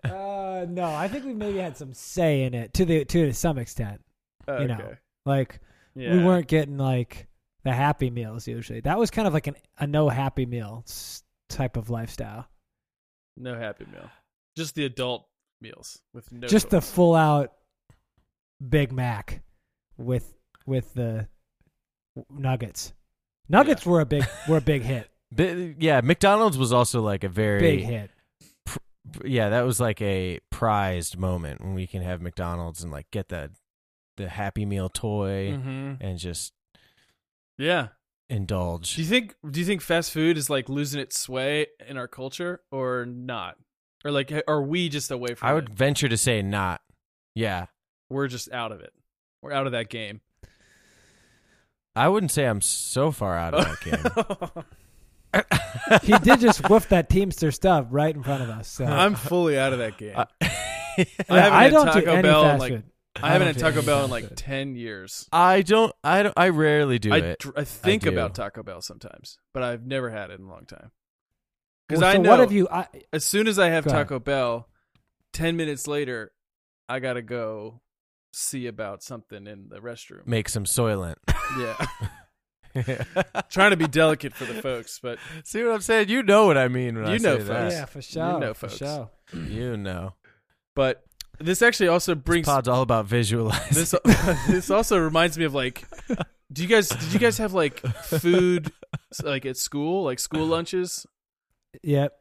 [SPEAKER 1] Uh, no, I think we maybe had some say in it to the to some extent.
[SPEAKER 2] Oh,
[SPEAKER 1] you know,
[SPEAKER 2] okay.
[SPEAKER 1] Like
[SPEAKER 2] yeah.
[SPEAKER 1] we weren't getting like the happy meals usually. That was kind of like an, a no happy meal s- type of lifestyle.
[SPEAKER 2] no happy meal, just the adult meals with no
[SPEAKER 1] Just the
[SPEAKER 2] toys.
[SPEAKER 1] full out Big Mac with with the nuggets. Nuggets were a big were a big hit.
[SPEAKER 3] Bi- yeah, McDonald's was also like a very
[SPEAKER 1] Big hit.
[SPEAKER 3] yeah, that was like a prized moment when we can have McDonald's and like get the the Happy Meal toy
[SPEAKER 2] Mhm.
[SPEAKER 3] and just
[SPEAKER 2] yeah.
[SPEAKER 3] indulge.
[SPEAKER 2] Do you think do you think fast food is like losing its sway in our culture or not? Or like are we just away from
[SPEAKER 3] I would
[SPEAKER 2] it?
[SPEAKER 3] venture to say not. Yeah,
[SPEAKER 2] We're just out of it. We're out of that game.
[SPEAKER 3] I wouldn't say I'm so far out of that game.
[SPEAKER 1] He did just woof that Teamster stuff right in front of us. So.
[SPEAKER 2] I'm fully out of that game.
[SPEAKER 3] I-
[SPEAKER 2] I haven't
[SPEAKER 1] I
[SPEAKER 2] had
[SPEAKER 1] don't do
[SPEAKER 2] Taco
[SPEAKER 1] any
[SPEAKER 2] Bell in
[SPEAKER 1] fast
[SPEAKER 2] like
[SPEAKER 1] food.
[SPEAKER 2] I haven't
[SPEAKER 1] I
[SPEAKER 2] had
[SPEAKER 1] don't do
[SPEAKER 2] Taco
[SPEAKER 1] any
[SPEAKER 2] Bell in
[SPEAKER 1] fast
[SPEAKER 2] like
[SPEAKER 1] food.
[SPEAKER 2] 10 years.
[SPEAKER 3] I don't. I don't. I rarely do
[SPEAKER 2] I,
[SPEAKER 3] it.
[SPEAKER 2] dr- I think
[SPEAKER 3] do.
[SPEAKER 2] about Taco Bell sometimes, but I've never had it in a long time. Cuz
[SPEAKER 1] Well,
[SPEAKER 2] I
[SPEAKER 1] so
[SPEAKER 2] know
[SPEAKER 1] what have you? I,
[SPEAKER 2] as soon as I have
[SPEAKER 1] Go ahead.
[SPEAKER 2] Taco Bell, 10 minutes later I got to go see about something in the restroom.
[SPEAKER 3] Make some soylent.
[SPEAKER 2] yeah. Trying to be delicate for the folks, but
[SPEAKER 3] See what I'm saying? You know what I mean when
[SPEAKER 2] You
[SPEAKER 3] I
[SPEAKER 2] know,
[SPEAKER 3] say
[SPEAKER 2] folks.
[SPEAKER 1] yeah,
[SPEAKER 3] that.
[SPEAKER 1] for sure.
[SPEAKER 2] know,
[SPEAKER 1] for
[SPEAKER 2] folks.
[SPEAKER 1] sure.
[SPEAKER 3] You know.
[SPEAKER 2] but this actually also
[SPEAKER 3] This
[SPEAKER 2] brings
[SPEAKER 3] pod's all about visualizing.
[SPEAKER 2] this this also reminds me of like do you guys did you guys have like
[SPEAKER 1] Uh-huh.
[SPEAKER 2] food like at school like school lunches
[SPEAKER 1] Yep.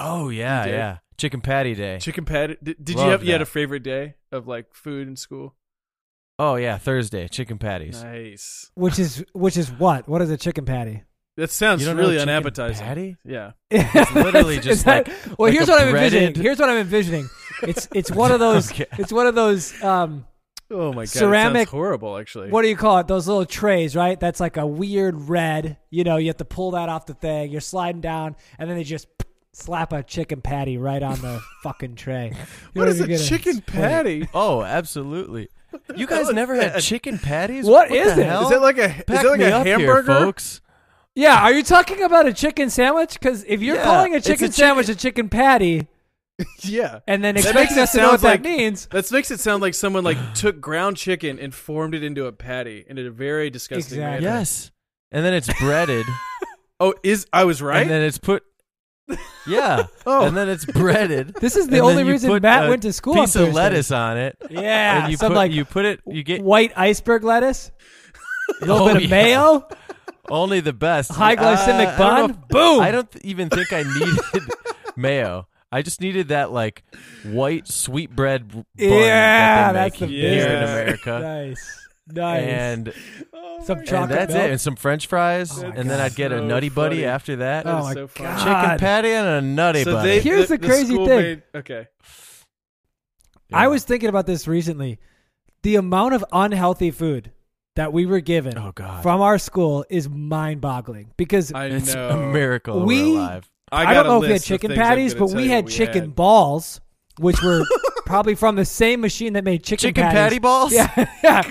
[SPEAKER 3] Oh yeah,
[SPEAKER 2] You did?
[SPEAKER 3] yeah. Chicken patty day.
[SPEAKER 2] Chicken patty. Did, did you
[SPEAKER 3] Love
[SPEAKER 2] have you had
[SPEAKER 3] that.
[SPEAKER 2] a favorite day of like food in school?
[SPEAKER 3] oh yeah, Thursday. Chicken patties.
[SPEAKER 2] Nice.
[SPEAKER 1] Which is which is what? What is a chicken patty?
[SPEAKER 2] That sounds
[SPEAKER 3] You don't know
[SPEAKER 2] really
[SPEAKER 3] chicken
[SPEAKER 2] unappetizing.
[SPEAKER 3] patty?
[SPEAKER 2] Yeah.
[SPEAKER 1] It's
[SPEAKER 3] literally just
[SPEAKER 1] well.
[SPEAKER 3] like
[SPEAKER 1] here's
[SPEAKER 3] a
[SPEAKER 1] what I'm
[SPEAKER 3] breaded-
[SPEAKER 1] envisioning. Here's what I'm envisioning. It's it's one of those.
[SPEAKER 3] Okay.
[SPEAKER 1] It's one of those. Um,
[SPEAKER 2] Oh my god. that
[SPEAKER 1] Ceramic-
[SPEAKER 2] sounds horrible. Actually.
[SPEAKER 1] what do you call it? Those little trays, right? That's like a weird red. You know, you have to pull that off the thing. You're sliding down, and then they just slap a chicken patty right on the fucking tray. You
[SPEAKER 2] what
[SPEAKER 1] know,
[SPEAKER 2] is
[SPEAKER 1] you're
[SPEAKER 2] a
[SPEAKER 1] gonna
[SPEAKER 2] chicken
[SPEAKER 1] split it.
[SPEAKER 2] patty?
[SPEAKER 3] Oh, absolutely. You guys
[SPEAKER 2] hell is
[SPEAKER 3] never
[SPEAKER 2] that?
[SPEAKER 3] had chicken patties?
[SPEAKER 1] What
[SPEAKER 3] the
[SPEAKER 1] is it? Is
[SPEAKER 3] hell?
[SPEAKER 2] Is that like a is
[SPEAKER 3] Back
[SPEAKER 2] that like
[SPEAKER 3] me
[SPEAKER 2] a
[SPEAKER 3] up here,
[SPEAKER 2] hamburger?
[SPEAKER 3] folks?
[SPEAKER 1] Yeah, are you talking about a chicken sandwich? Because if you're
[SPEAKER 3] Yeah,
[SPEAKER 1] calling a
[SPEAKER 3] it's a
[SPEAKER 1] chicken
[SPEAKER 3] chicken-
[SPEAKER 1] sandwich a chicken patty,
[SPEAKER 2] Yeah.
[SPEAKER 1] and then
[SPEAKER 2] That
[SPEAKER 1] expecting
[SPEAKER 2] makes
[SPEAKER 1] us
[SPEAKER 2] it
[SPEAKER 1] to know
[SPEAKER 2] sound
[SPEAKER 1] what
[SPEAKER 2] like-
[SPEAKER 1] that means,
[SPEAKER 2] That makes it sound like someone like took ground chicken and formed it into a patty in a very disgusting
[SPEAKER 1] Exactly.
[SPEAKER 2] manner.
[SPEAKER 3] Yes. And then it's breaded.
[SPEAKER 2] Oh, is I was right.
[SPEAKER 3] And then it's put Yeah.
[SPEAKER 2] Oh.
[SPEAKER 3] And then it's breaded.
[SPEAKER 1] this is the
[SPEAKER 3] and
[SPEAKER 1] only
[SPEAKER 3] then you
[SPEAKER 1] reason
[SPEAKER 3] put
[SPEAKER 1] Matt
[SPEAKER 3] a
[SPEAKER 1] went to school. on
[SPEAKER 3] Piece of
[SPEAKER 1] Thursday.
[SPEAKER 3] lettuce on it.
[SPEAKER 1] Yeah,
[SPEAKER 3] and you
[SPEAKER 1] some
[SPEAKER 3] put
[SPEAKER 1] like
[SPEAKER 3] you put it you get
[SPEAKER 1] white iceberg lettuce, a little
[SPEAKER 3] Oh,
[SPEAKER 1] bit of
[SPEAKER 3] yeah.
[SPEAKER 1] mayo,
[SPEAKER 3] only the best.
[SPEAKER 1] high glycemic
[SPEAKER 3] Uh, I don't know
[SPEAKER 1] bun. Boom.
[SPEAKER 3] I don't th- even think I needed mayo. I just needed that like white sweet bread bun
[SPEAKER 1] Yeah,
[SPEAKER 3] that they make
[SPEAKER 1] that's the
[SPEAKER 3] here in
[SPEAKER 2] business.
[SPEAKER 3] America.
[SPEAKER 1] nice, nice.
[SPEAKER 3] And,
[SPEAKER 2] Oh
[SPEAKER 1] Some
[SPEAKER 2] my
[SPEAKER 1] chocolate
[SPEAKER 3] and that's
[SPEAKER 1] milk.
[SPEAKER 3] it. And some French fries.
[SPEAKER 1] Oh my
[SPEAKER 3] and then
[SPEAKER 1] God.
[SPEAKER 3] I'd get a
[SPEAKER 2] So
[SPEAKER 3] nutty buddy
[SPEAKER 2] funny.
[SPEAKER 3] after that.
[SPEAKER 1] oh
[SPEAKER 2] is
[SPEAKER 1] my
[SPEAKER 2] so funny.
[SPEAKER 1] god,
[SPEAKER 3] Chicken patty and a nutty
[SPEAKER 2] So
[SPEAKER 3] buddy.
[SPEAKER 2] they-
[SPEAKER 1] Here's the crazy
[SPEAKER 2] school
[SPEAKER 1] thing.
[SPEAKER 2] made- okay.
[SPEAKER 3] Yeah.
[SPEAKER 1] I was thinking about this recently. The amount of unhealthy food that we were given
[SPEAKER 3] Oh god.
[SPEAKER 1] from our school is mind-boggling because
[SPEAKER 2] I
[SPEAKER 3] it's
[SPEAKER 2] know.
[SPEAKER 3] a miracle
[SPEAKER 1] We-
[SPEAKER 3] we're alive.
[SPEAKER 1] I,
[SPEAKER 2] got
[SPEAKER 1] don't
[SPEAKER 2] a
[SPEAKER 1] know if we had
[SPEAKER 2] list of
[SPEAKER 1] chicken
[SPEAKER 2] things I'm
[SPEAKER 1] patties,
[SPEAKER 2] gonna
[SPEAKER 1] but
[SPEAKER 2] tell
[SPEAKER 1] we
[SPEAKER 2] you
[SPEAKER 1] had
[SPEAKER 2] what
[SPEAKER 1] chicken balls, which were probably from the same machine that made chicken,
[SPEAKER 3] Chicken
[SPEAKER 1] patties.
[SPEAKER 3] patty balls?
[SPEAKER 1] Yeah, yeah.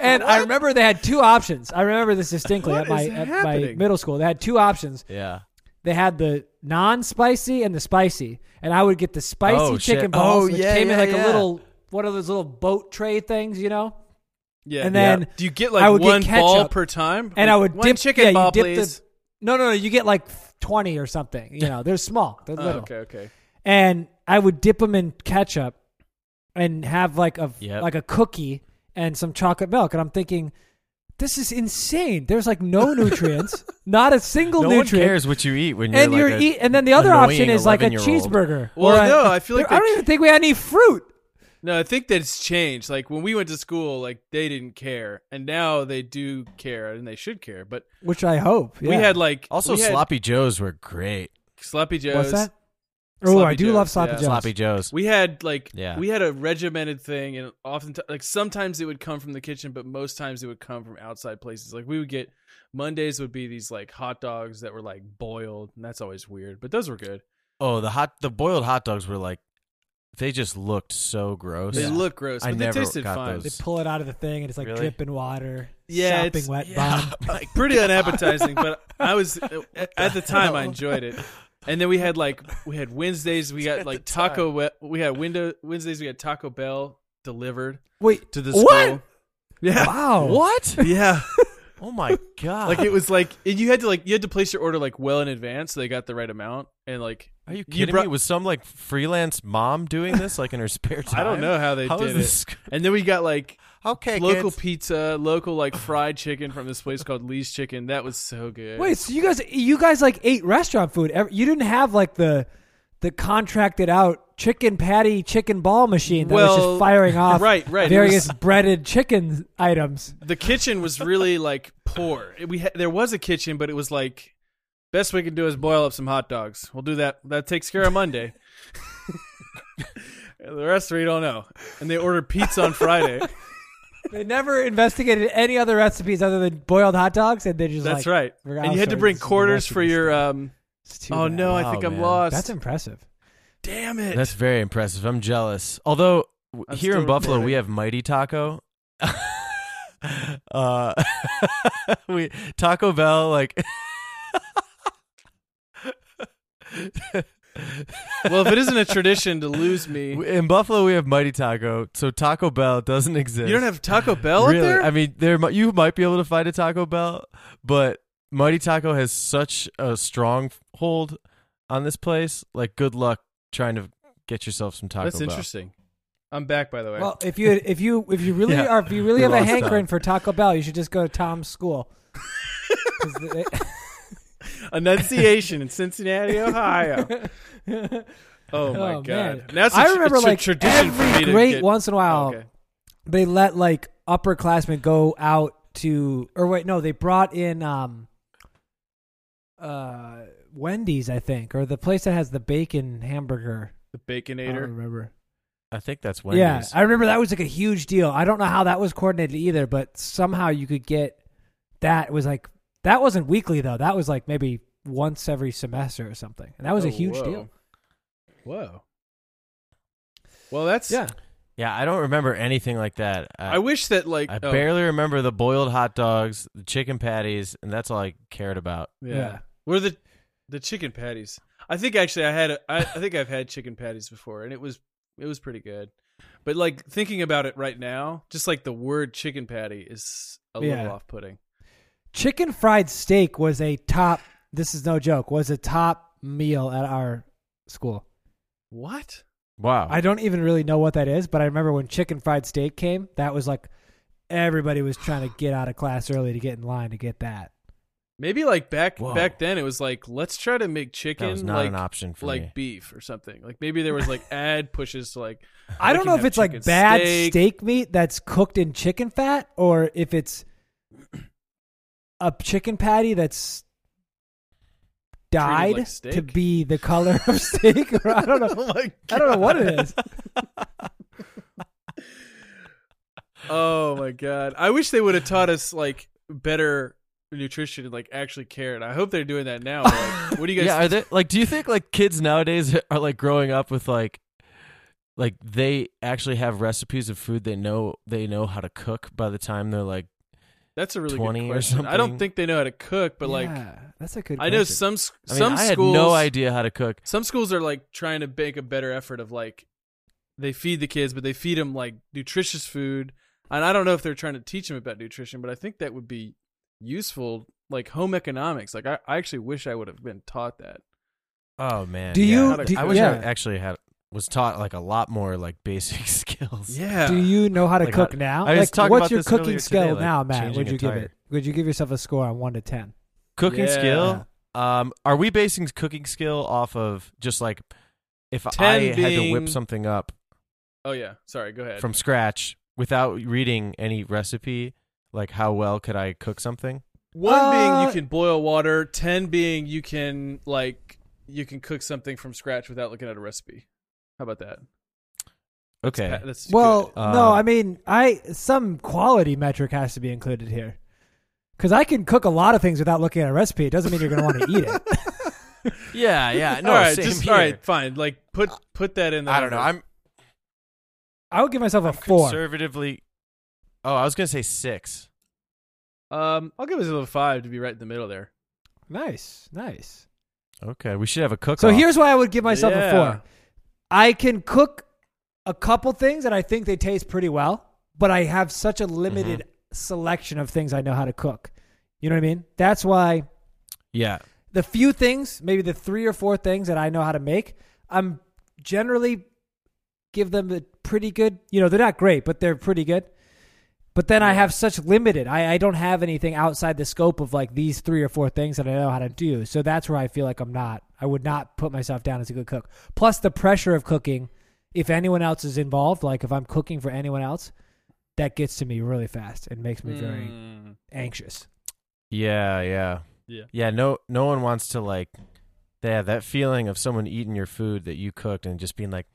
[SPEAKER 1] and I remember they had two options. I remember this distinctly
[SPEAKER 2] What
[SPEAKER 1] at my
[SPEAKER 2] is
[SPEAKER 1] at my
[SPEAKER 2] happening?
[SPEAKER 1] middle school. They had two options.
[SPEAKER 3] Yeah.
[SPEAKER 1] They had the non-spicy and the spicy, and I would get the spicy
[SPEAKER 3] Oh, shit.
[SPEAKER 1] chicken balls,
[SPEAKER 3] Oh,
[SPEAKER 1] which
[SPEAKER 3] yeah,
[SPEAKER 1] came in
[SPEAKER 3] yeah,
[SPEAKER 1] like a
[SPEAKER 3] yeah.
[SPEAKER 1] little one of those little boat tray things, you know.
[SPEAKER 2] Yeah.
[SPEAKER 1] and
[SPEAKER 2] yeah.
[SPEAKER 1] then
[SPEAKER 2] do you get
[SPEAKER 1] I
[SPEAKER 2] like
[SPEAKER 1] would get
[SPEAKER 2] one ball
[SPEAKER 1] ketchup,
[SPEAKER 2] per time?
[SPEAKER 1] And I would
[SPEAKER 2] one
[SPEAKER 1] dip
[SPEAKER 2] chicken
[SPEAKER 1] yeah, you
[SPEAKER 2] ball,
[SPEAKER 1] dip the-
[SPEAKER 2] please.
[SPEAKER 1] no, no, no. You get like twenty or something. You know, they're small. They're
[SPEAKER 2] Oh,
[SPEAKER 1] little.
[SPEAKER 2] okay, okay.
[SPEAKER 1] and I would dip them in ketchup and have like a
[SPEAKER 3] Yep.
[SPEAKER 1] like a cookie and some chocolate milk. And I'm thinking, this is insane. There's like no nutrients, not a single
[SPEAKER 3] No one
[SPEAKER 1] nutrient.
[SPEAKER 3] cares what you eat when you're
[SPEAKER 1] And
[SPEAKER 3] like
[SPEAKER 1] you're
[SPEAKER 3] a
[SPEAKER 1] eat, and then the other option
[SPEAKER 3] annoying
[SPEAKER 1] is like a
[SPEAKER 3] 11-year-old.
[SPEAKER 1] cheeseburger.
[SPEAKER 2] Well,
[SPEAKER 1] or a-
[SPEAKER 2] no, I feel like
[SPEAKER 1] I
[SPEAKER 2] they-
[SPEAKER 1] don't even think we had any fruit.
[SPEAKER 2] No, I think that's changed. Like when we went to school, like they didn't care, and now they do care, and they should care. But
[SPEAKER 1] Which I hope
[SPEAKER 2] we
[SPEAKER 1] yeah.
[SPEAKER 2] had like
[SPEAKER 3] Also,
[SPEAKER 2] we had
[SPEAKER 3] sloppy joes were great.
[SPEAKER 2] sloppy joes.
[SPEAKER 1] What's that? Oh,
[SPEAKER 2] uh, Sloppy
[SPEAKER 1] I do
[SPEAKER 2] Joes,
[SPEAKER 1] love sloppy
[SPEAKER 2] yeah.
[SPEAKER 1] joes.
[SPEAKER 3] Sloppy joes.
[SPEAKER 2] We had like
[SPEAKER 3] Yeah.
[SPEAKER 2] we had a regimented thing, and often like sometimes it would come from the kitchen, but most times it would come from outside places. Like we would get Mondays would be these like hot dogs that were like boiled, and that's always weird, but those were good.
[SPEAKER 3] Oh, the hot the boiled hot dogs were like they just looked so gross.
[SPEAKER 2] They
[SPEAKER 1] Yeah.
[SPEAKER 2] look gross,
[SPEAKER 3] I
[SPEAKER 2] but they
[SPEAKER 3] never
[SPEAKER 2] tasted
[SPEAKER 3] got
[SPEAKER 2] fine.
[SPEAKER 3] those.
[SPEAKER 1] They pull it out of the thing and it's like
[SPEAKER 3] Really?
[SPEAKER 1] dripping water,
[SPEAKER 2] Yeah,
[SPEAKER 1] sopping
[SPEAKER 2] it's-
[SPEAKER 1] wet
[SPEAKER 3] Yeah.
[SPEAKER 1] bomb.
[SPEAKER 3] Like,
[SPEAKER 2] pretty unappetizing, but I was at, at the time I
[SPEAKER 3] hell?
[SPEAKER 2] enjoyed it. And then we had like we had Wednesdays we got
[SPEAKER 3] At
[SPEAKER 2] like
[SPEAKER 3] the
[SPEAKER 2] taco we- we had window Wednesdays we had Taco Bell delivered
[SPEAKER 1] Wait,
[SPEAKER 2] to the
[SPEAKER 1] What?
[SPEAKER 2] school. Yeah.
[SPEAKER 1] wow,
[SPEAKER 3] what?
[SPEAKER 2] Yeah.
[SPEAKER 3] Oh my god!
[SPEAKER 2] Like it was like and you had to like you had to place your order like well in advance so they got the right amount and like
[SPEAKER 3] Are you kidding
[SPEAKER 2] brought-
[SPEAKER 3] me? Was some like freelance mom doing this like in her spare time?
[SPEAKER 2] I don't know how they
[SPEAKER 3] How
[SPEAKER 2] did
[SPEAKER 3] is
[SPEAKER 2] it.
[SPEAKER 3] this?
[SPEAKER 2] And then we got like
[SPEAKER 4] Okay,
[SPEAKER 2] local
[SPEAKER 4] kids.
[SPEAKER 2] pizza, local like fried chicken from this place called Lee's Chicken. That was so good.
[SPEAKER 1] Wait, so you guys, you guys like ate restaurant food? Ever- You didn't have like the the contracted out chicken patty chicken ball machine that was
[SPEAKER 2] Well,
[SPEAKER 1] just firing off
[SPEAKER 2] right, right. It
[SPEAKER 1] various
[SPEAKER 2] was-
[SPEAKER 1] breaded chicken items.
[SPEAKER 2] the kitchen was really like poor. It- We ha- there was a kitchen, but it was like best we can do is boil up some hot dogs. We'll do that. That takes care of Monday. And the rest we don't know. And they ordered pizza on Friday.
[SPEAKER 1] They never investigated any other recipes other than boiled hot dogs, and they just
[SPEAKER 2] That's
[SPEAKER 1] like,
[SPEAKER 2] right.
[SPEAKER 1] we're
[SPEAKER 2] And you had to
[SPEAKER 1] outsourcing
[SPEAKER 2] bring
[SPEAKER 1] the
[SPEAKER 2] quarters
[SPEAKER 1] recipe
[SPEAKER 2] for your.
[SPEAKER 1] stuff.
[SPEAKER 2] um
[SPEAKER 1] It's too
[SPEAKER 2] Oh
[SPEAKER 1] bad.
[SPEAKER 2] no, I
[SPEAKER 3] Wow,
[SPEAKER 2] think I'm
[SPEAKER 3] man.
[SPEAKER 2] lost.
[SPEAKER 1] that's impressive.
[SPEAKER 2] Damn it.
[SPEAKER 3] That's very impressive. I'm jealous. Although w-
[SPEAKER 2] I'm
[SPEAKER 3] here in
[SPEAKER 2] still
[SPEAKER 3] Buffalo
[SPEAKER 2] recording.
[SPEAKER 3] we have Mighty Taco. uh, we Taco Bell like
[SPEAKER 2] well, if it isn't a tradition to lose me,
[SPEAKER 3] in Buffalo we have Mighty Taco, so Taco Bell doesn't exist.
[SPEAKER 2] you don't have Taco Bell
[SPEAKER 3] really,
[SPEAKER 2] up there.
[SPEAKER 3] I mean, there mi- you might be able to find a Taco Bell, but Mighty Taco has such a strong hold on this place. Like, good luck trying to get yourself some Taco
[SPEAKER 2] That's
[SPEAKER 3] Bell.
[SPEAKER 2] interesting. I'm back, by the way.
[SPEAKER 1] Well, if you if you if you really
[SPEAKER 3] Yeah.
[SPEAKER 1] are if you really
[SPEAKER 3] We
[SPEAKER 1] have a
[SPEAKER 3] lost
[SPEAKER 1] hankering
[SPEAKER 3] out.
[SPEAKER 1] for Taco Bell, you should just go to Tom's school. 'Cause they-
[SPEAKER 2] Annunciation in Cincinnati, Ohio. Oh my
[SPEAKER 1] Oh,
[SPEAKER 2] god,
[SPEAKER 1] man.
[SPEAKER 2] that's a,
[SPEAKER 1] I
[SPEAKER 2] tr-
[SPEAKER 1] remember
[SPEAKER 2] it's a
[SPEAKER 1] like
[SPEAKER 2] tradition for me
[SPEAKER 1] every
[SPEAKER 2] to
[SPEAKER 1] great
[SPEAKER 2] get- Oh,
[SPEAKER 1] once in a while
[SPEAKER 2] Okay.
[SPEAKER 1] they let like upperclassmen go out to or wait no they brought in um uh Wendy's I think or the place that has the bacon hamburger.
[SPEAKER 2] The
[SPEAKER 1] I don't
[SPEAKER 2] Baconator.
[SPEAKER 1] remember.
[SPEAKER 3] I think that's
[SPEAKER 1] Yeah,
[SPEAKER 3] Wendy's.
[SPEAKER 1] I remember that was like a huge deal. I don't know how that was coordinated either, but somehow you could get that was like that wasn't weekly though. That was like maybe once every semester or something, and that was a
[SPEAKER 2] Oh,
[SPEAKER 1] huge
[SPEAKER 2] whoa.
[SPEAKER 1] deal.
[SPEAKER 2] Whoa. Well, that's
[SPEAKER 1] Yeah,
[SPEAKER 3] yeah, I don't remember anything like that.
[SPEAKER 2] I wish that like
[SPEAKER 3] I
[SPEAKER 2] oh,
[SPEAKER 3] barely remember the boiled hot dogs, the chicken patties, and that's all I cared about.
[SPEAKER 2] Yeah.
[SPEAKER 1] Yeah.
[SPEAKER 2] Were the the chicken patties? I think actually I had a, I, I think I've had chicken patties before and it was it was pretty good. But like thinking about it right now, just like the word chicken patty is a
[SPEAKER 1] Yeah.
[SPEAKER 2] little off putting.
[SPEAKER 1] chicken fried steak was a top. This is no joke. Was a top meal at our school.
[SPEAKER 2] What?
[SPEAKER 3] Wow.
[SPEAKER 1] I don't even really know what that is, but I remember when chicken fried steak came, that was like everybody was trying to get out of class early to get in line to get that.
[SPEAKER 2] Maybe like back
[SPEAKER 3] Whoa.
[SPEAKER 2] back then it was like let's try to make chicken
[SPEAKER 3] that was not
[SPEAKER 2] like
[SPEAKER 3] an option for
[SPEAKER 2] like
[SPEAKER 3] me.
[SPEAKER 2] beef or something. Like maybe there was like ad pushes to like
[SPEAKER 1] I
[SPEAKER 2] we
[SPEAKER 1] don't
[SPEAKER 2] can
[SPEAKER 1] know if
[SPEAKER 2] have
[SPEAKER 1] it's like
[SPEAKER 2] chicken
[SPEAKER 1] bad steak. meat that's cooked in chicken fat or if it's a chicken patty that's
[SPEAKER 2] like
[SPEAKER 1] dyed to
[SPEAKER 2] steak?
[SPEAKER 1] be the color of steak. Or I don't know. I don't know what it is.
[SPEAKER 2] Oh my god! I wish they would have taught us like better nutrition and like actually cared. I hope they're doing that now. Like, what do you guys?
[SPEAKER 3] yeah, are they like? Do you think like kids nowadays are like growing up with like, like they actually have recipes of food they know they know how to cook by the time they're like,
[SPEAKER 2] That's a really
[SPEAKER 3] 20
[SPEAKER 2] good
[SPEAKER 3] or
[SPEAKER 2] question. I don't
[SPEAKER 3] something?
[SPEAKER 2] think they know how to cook, but like
[SPEAKER 1] Yeah, that's a good.
[SPEAKER 2] I know
[SPEAKER 1] question.
[SPEAKER 2] some s-
[SPEAKER 3] I mean,
[SPEAKER 2] some
[SPEAKER 3] I had
[SPEAKER 2] schools.
[SPEAKER 3] no idea how to cook.
[SPEAKER 2] Some schools are like trying to make a better effort of like they feed the kids, but they feed them like nutritious food. And I don't know if they're trying to teach them about nutrition, but I think that would be useful, like home economics. Like I, I actually wish I would have been taught that.
[SPEAKER 3] Oh man,
[SPEAKER 1] Do
[SPEAKER 3] yeah.
[SPEAKER 1] you-
[SPEAKER 3] How to-
[SPEAKER 2] do-
[SPEAKER 3] I wish I
[SPEAKER 1] yeah.
[SPEAKER 3] actually had was taught like a lot more like basic skills.
[SPEAKER 2] Yeah.
[SPEAKER 1] Do you know how to
[SPEAKER 3] Like,
[SPEAKER 1] cook
[SPEAKER 3] I-
[SPEAKER 1] now?
[SPEAKER 3] I was
[SPEAKER 1] like,
[SPEAKER 3] talking
[SPEAKER 1] what's
[SPEAKER 3] about
[SPEAKER 1] your
[SPEAKER 3] this
[SPEAKER 1] cooking
[SPEAKER 3] earlier
[SPEAKER 1] skill
[SPEAKER 3] today, like,
[SPEAKER 1] now, Matt?
[SPEAKER 3] changing
[SPEAKER 1] Would
[SPEAKER 3] a
[SPEAKER 1] you give
[SPEAKER 3] tire.
[SPEAKER 1] it? Would you give yourself a score on one to ten?
[SPEAKER 2] Yeah.
[SPEAKER 3] Cooking skill. Um, are we basing cooking skill off of just like if I
[SPEAKER 2] 10
[SPEAKER 3] had to
[SPEAKER 2] being-
[SPEAKER 3] whip something up
[SPEAKER 2] Oh yeah. Sorry. Go ahead.
[SPEAKER 3] from scratch without reading any recipe? Like how well could I cook something?
[SPEAKER 2] One being
[SPEAKER 1] Uh,
[SPEAKER 2] you can boil water. Ten being you can like you can cook something from scratch without looking at a recipe. How about that?
[SPEAKER 3] Okay,
[SPEAKER 2] Pat, That's
[SPEAKER 1] Well,
[SPEAKER 3] Uh,
[SPEAKER 2] Um,
[SPEAKER 1] no, I mean, I some quality metric has to be included here, because I can cook a lot of things without looking at a recipe. It doesn't mean you're going to want to eat it.
[SPEAKER 3] yeah, yeah.
[SPEAKER 2] good.
[SPEAKER 3] No,
[SPEAKER 2] all right,
[SPEAKER 3] same
[SPEAKER 2] just
[SPEAKER 3] here.
[SPEAKER 2] all right, fine. Like put put that in. The
[SPEAKER 3] I don't know.
[SPEAKER 2] number.
[SPEAKER 3] I'm
[SPEAKER 1] I would give myself a four.
[SPEAKER 3] conservatively. Oh, I was gonna say six.
[SPEAKER 2] um, I'll give it a little five to be right in the middle there.
[SPEAKER 1] Nice, nice.
[SPEAKER 3] Okay, we should have a cook.
[SPEAKER 1] So here's why I would give myself a
[SPEAKER 2] Yeah.
[SPEAKER 1] four. I can cook a couple things, and I think they taste pretty well, but I have such a limited
[SPEAKER 2] Mm-hmm.
[SPEAKER 1] selection of things I know how to cook. You know what I mean? That's why
[SPEAKER 3] yeah,
[SPEAKER 1] the few things, maybe the three or four things that I know how to make, I'm generally give them a pretty good. You know, they're not great, but they're pretty good. But then I have such limited. I, I don't have anything outside the scope of like these three or four things that I know how to do. So that's where I feel like I'm not. I would not put myself down as a good cook. Plus the pressure of cooking. If anyone else is involved, like if I'm cooking for anyone else, that gets to me really fast and makes me
[SPEAKER 3] Hmm.
[SPEAKER 1] very
[SPEAKER 2] Mm.
[SPEAKER 1] anxious.
[SPEAKER 3] yeah, yeah,
[SPEAKER 2] Yeah.
[SPEAKER 3] yeah. No, no one wants to like. Yeah, that feeling of someone eating your food that you cooked and just being like,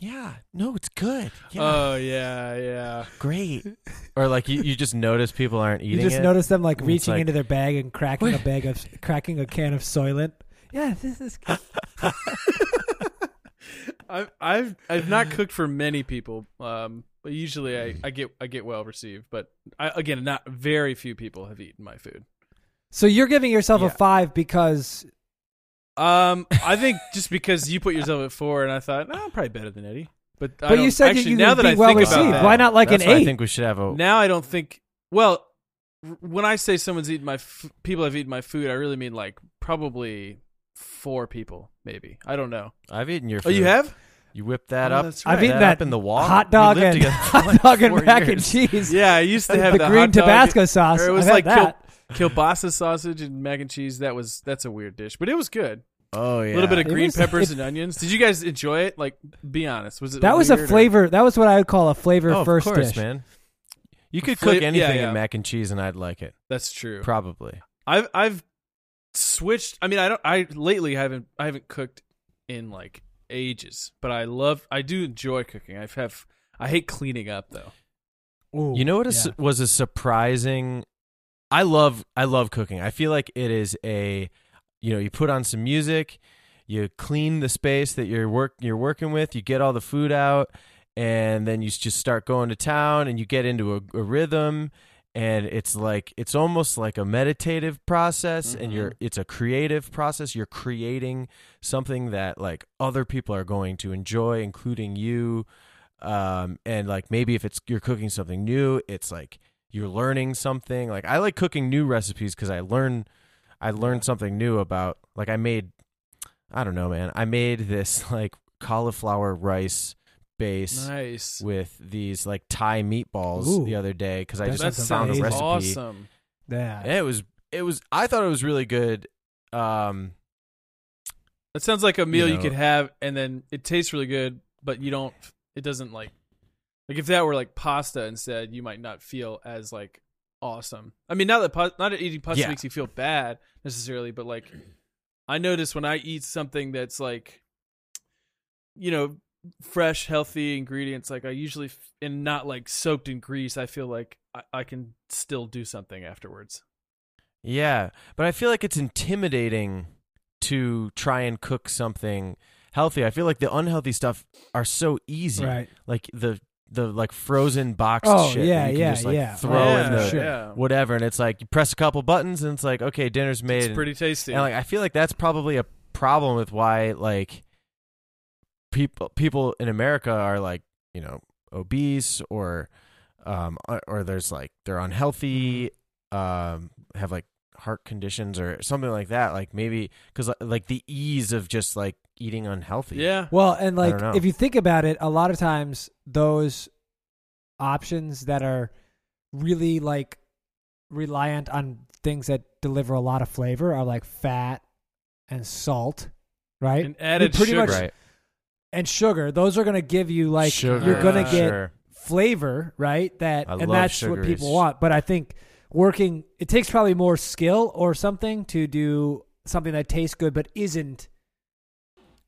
[SPEAKER 3] "Yeah, no, it's good. Yeah,
[SPEAKER 2] Oh yeah, yeah.
[SPEAKER 3] great." or like you, you just notice people aren't eating
[SPEAKER 1] You just
[SPEAKER 3] it.
[SPEAKER 1] notice them like
[SPEAKER 3] It's
[SPEAKER 1] reaching
[SPEAKER 3] like-
[SPEAKER 1] into their bag and cracking a
[SPEAKER 3] Wait.
[SPEAKER 1] bag of cracking a can of Soylent. Yeah, this is
[SPEAKER 2] I've I've I've not cooked for many people. Um, but usually I, I get I get well received. But I, again, not very few people have eaten my food.
[SPEAKER 1] so. You're giving yourself a
[SPEAKER 3] Yeah.
[SPEAKER 1] five because
[SPEAKER 2] Um, I think just because you put yourself at four, and I thought, oh, I'm probably better than Eddie. But
[SPEAKER 1] But
[SPEAKER 2] I don't-
[SPEAKER 1] you said
[SPEAKER 2] actually,
[SPEAKER 1] you
[SPEAKER 2] now
[SPEAKER 1] could be
[SPEAKER 2] that I
[SPEAKER 1] well
[SPEAKER 2] think
[SPEAKER 1] received.
[SPEAKER 2] about that,
[SPEAKER 1] Why not like
[SPEAKER 3] That's
[SPEAKER 1] an
[SPEAKER 3] why
[SPEAKER 1] eight?
[SPEAKER 3] I think we should
[SPEAKER 1] Oh.
[SPEAKER 3] have a.
[SPEAKER 2] Now I don't think. Well, r- when I say someone's eaten my f- people have eaten my food, I really mean like probably four people, maybe. I don't know.
[SPEAKER 3] I've eaten your.
[SPEAKER 2] Oh,
[SPEAKER 3] food.
[SPEAKER 2] you have?
[SPEAKER 3] You whip that
[SPEAKER 2] Oh,
[SPEAKER 3] up.
[SPEAKER 2] that's
[SPEAKER 1] I've
[SPEAKER 2] right.
[SPEAKER 1] eaten
[SPEAKER 3] that
[SPEAKER 1] that
[SPEAKER 3] up in the wall.
[SPEAKER 1] hot
[SPEAKER 3] We
[SPEAKER 1] dog
[SPEAKER 3] lived
[SPEAKER 1] and
[SPEAKER 3] together for
[SPEAKER 1] hot
[SPEAKER 3] like
[SPEAKER 1] dog and
[SPEAKER 3] four
[SPEAKER 1] mac and
[SPEAKER 3] years.
[SPEAKER 1] cheese.
[SPEAKER 2] Yeah, I used to have
[SPEAKER 1] the, green
[SPEAKER 2] hot dog.
[SPEAKER 1] Tabasco sauce.
[SPEAKER 2] Or it was
[SPEAKER 1] I've
[SPEAKER 2] like
[SPEAKER 1] had that.
[SPEAKER 2] Kielbasa sausage and mac and cheese. That was that's a weird dish, but it was good.
[SPEAKER 3] Oh
[SPEAKER 2] A
[SPEAKER 3] yeah.
[SPEAKER 2] little bit of
[SPEAKER 1] It
[SPEAKER 2] green
[SPEAKER 1] was-
[SPEAKER 2] peppers
[SPEAKER 1] it-
[SPEAKER 2] and onions. Did you guys enjoy it? Like, be honest. Was it
[SPEAKER 1] That was a
[SPEAKER 2] weird or-
[SPEAKER 1] flavor. That was what I would call a flavor
[SPEAKER 3] oh,
[SPEAKER 1] first
[SPEAKER 3] of course,
[SPEAKER 1] dish.
[SPEAKER 3] man. You could
[SPEAKER 2] Fla-
[SPEAKER 3] cook
[SPEAKER 2] yeah,
[SPEAKER 3] anything
[SPEAKER 2] yeah.
[SPEAKER 3] in mac and cheese, and I'd like it.
[SPEAKER 2] That's true.
[SPEAKER 3] Probably.
[SPEAKER 2] I've I've switched. I mean, I don't. I lately haven't I haven't cooked in like ages, but I love. I do enjoy cooking. I've have. I hate cleaning up though.
[SPEAKER 1] Ooh,
[SPEAKER 3] You know what a
[SPEAKER 1] yeah.
[SPEAKER 3] su- was a surprising? I love I love cooking. I feel like it is a, you know, you put on some music, you clean the space that you're work you're working with, you get all the food out, and then you s- just start going to town, and you get into a, a rhythm, and it's like it's almost like a meditative process, and you're it's a creative process. You're creating something that like other people are going to enjoy, including you um and like maybe if it's you're cooking something new it's like you're learning something like i like cooking new recipes because i learn i learned something new about like i made i don't know man i made this like cauliflower rice base
[SPEAKER 2] Nice.
[SPEAKER 3] with these like thai meatballs
[SPEAKER 1] Ooh.
[SPEAKER 3] the other day because i
[SPEAKER 1] That
[SPEAKER 3] just
[SPEAKER 2] That
[SPEAKER 1] sounds
[SPEAKER 3] found
[SPEAKER 2] sounds
[SPEAKER 3] a recipe
[SPEAKER 2] awesome.
[SPEAKER 1] Yeah.
[SPEAKER 3] And it was it was i thought it was really good um
[SPEAKER 2] That sounds like a meal you,
[SPEAKER 3] know.
[SPEAKER 2] could have, and then it tastes really good, but you don't. It doesn't like, like if that were like pasta instead, you might not feel as like awesome. I mean, not that pa- not that eating pasta
[SPEAKER 3] Yeah.
[SPEAKER 2] makes you feel bad necessarily, but like, I notice when I eat something that's like, you know, fresh, healthy ingredients, like I usually f- and not like soaked in grease, I feel like I, I can still do something afterwards.
[SPEAKER 3] Yeah, but I feel like it's intimidating to try and cook something healthy. I feel like the unhealthy stuff are so easy.
[SPEAKER 1] Right.
[SPEAKER 3] Like the the like frozen boxed
[SPEAKER 1] Oh,
[SPEAKER 3] shit. that
[SPEAKER 1] yeah,
[SPEAKER 3] you can
[SPEAKER 1] yeah,
[SPEAKER 3] just, like,
[SPEAKER 1] yeah.
[SPEAKER 3] Throw
[SPEAKER 1] Oh,
[SPEAKER 3] in
[SPEAKER 1] for
[SPEAKER 3] the
[SPEAKER 1] sure.
[SPEAKER 3] whatever, and it's like you press a couple buttons, and it's like okay, dinner's made.
[SPEAKER 2] It's pretty tasty.
[SPEAKER 3] And like I feel like that's probably a problem with why like people people in America are like you know obese or um or- or there's like they're unhealthy
[SPEAKER 2] Mm-hmm.
[SPEAKER 3] um have like heart conditions or something like that like maybe because like the ease of just like eating unhealthy
[SPEAKER 2] yeah.
[SPEAKER 1] Well, and
[SPEAKER 3] I
[SPEAKER 1] like
[SPEAKER 3] don't know.
[SPEAKER 1] if you think about it, a lot of times those options that are really like reliant on things that deliver a lot of flavor are like fat and salt, right?
[SPEAKER 2] And added
[SPEAKER 1] pretty
[SPEAKER 2] sugar.
[SPEAKER 1] much-
[SPEAKER 3] right
[SPEAKER 1] and sugar. Those are going to give you like you're going to
[SPEAKER 3] for
[SPEAKER 1] get
[SPEAKER 3] sure.
[SPEAKER 1] flavor, right? That
[SPEAKER 3] I
[SPEAKER 1] and
[SPEAKER 3] love
[SPEAKER 1] that's what
[SPEAKER 3] sugary
[SPEAKER 1] people
[SPEAKER 3] s-
[SPEAKER 1] want. But I think working it takes probably more skill or something to do something that tastes good but isn't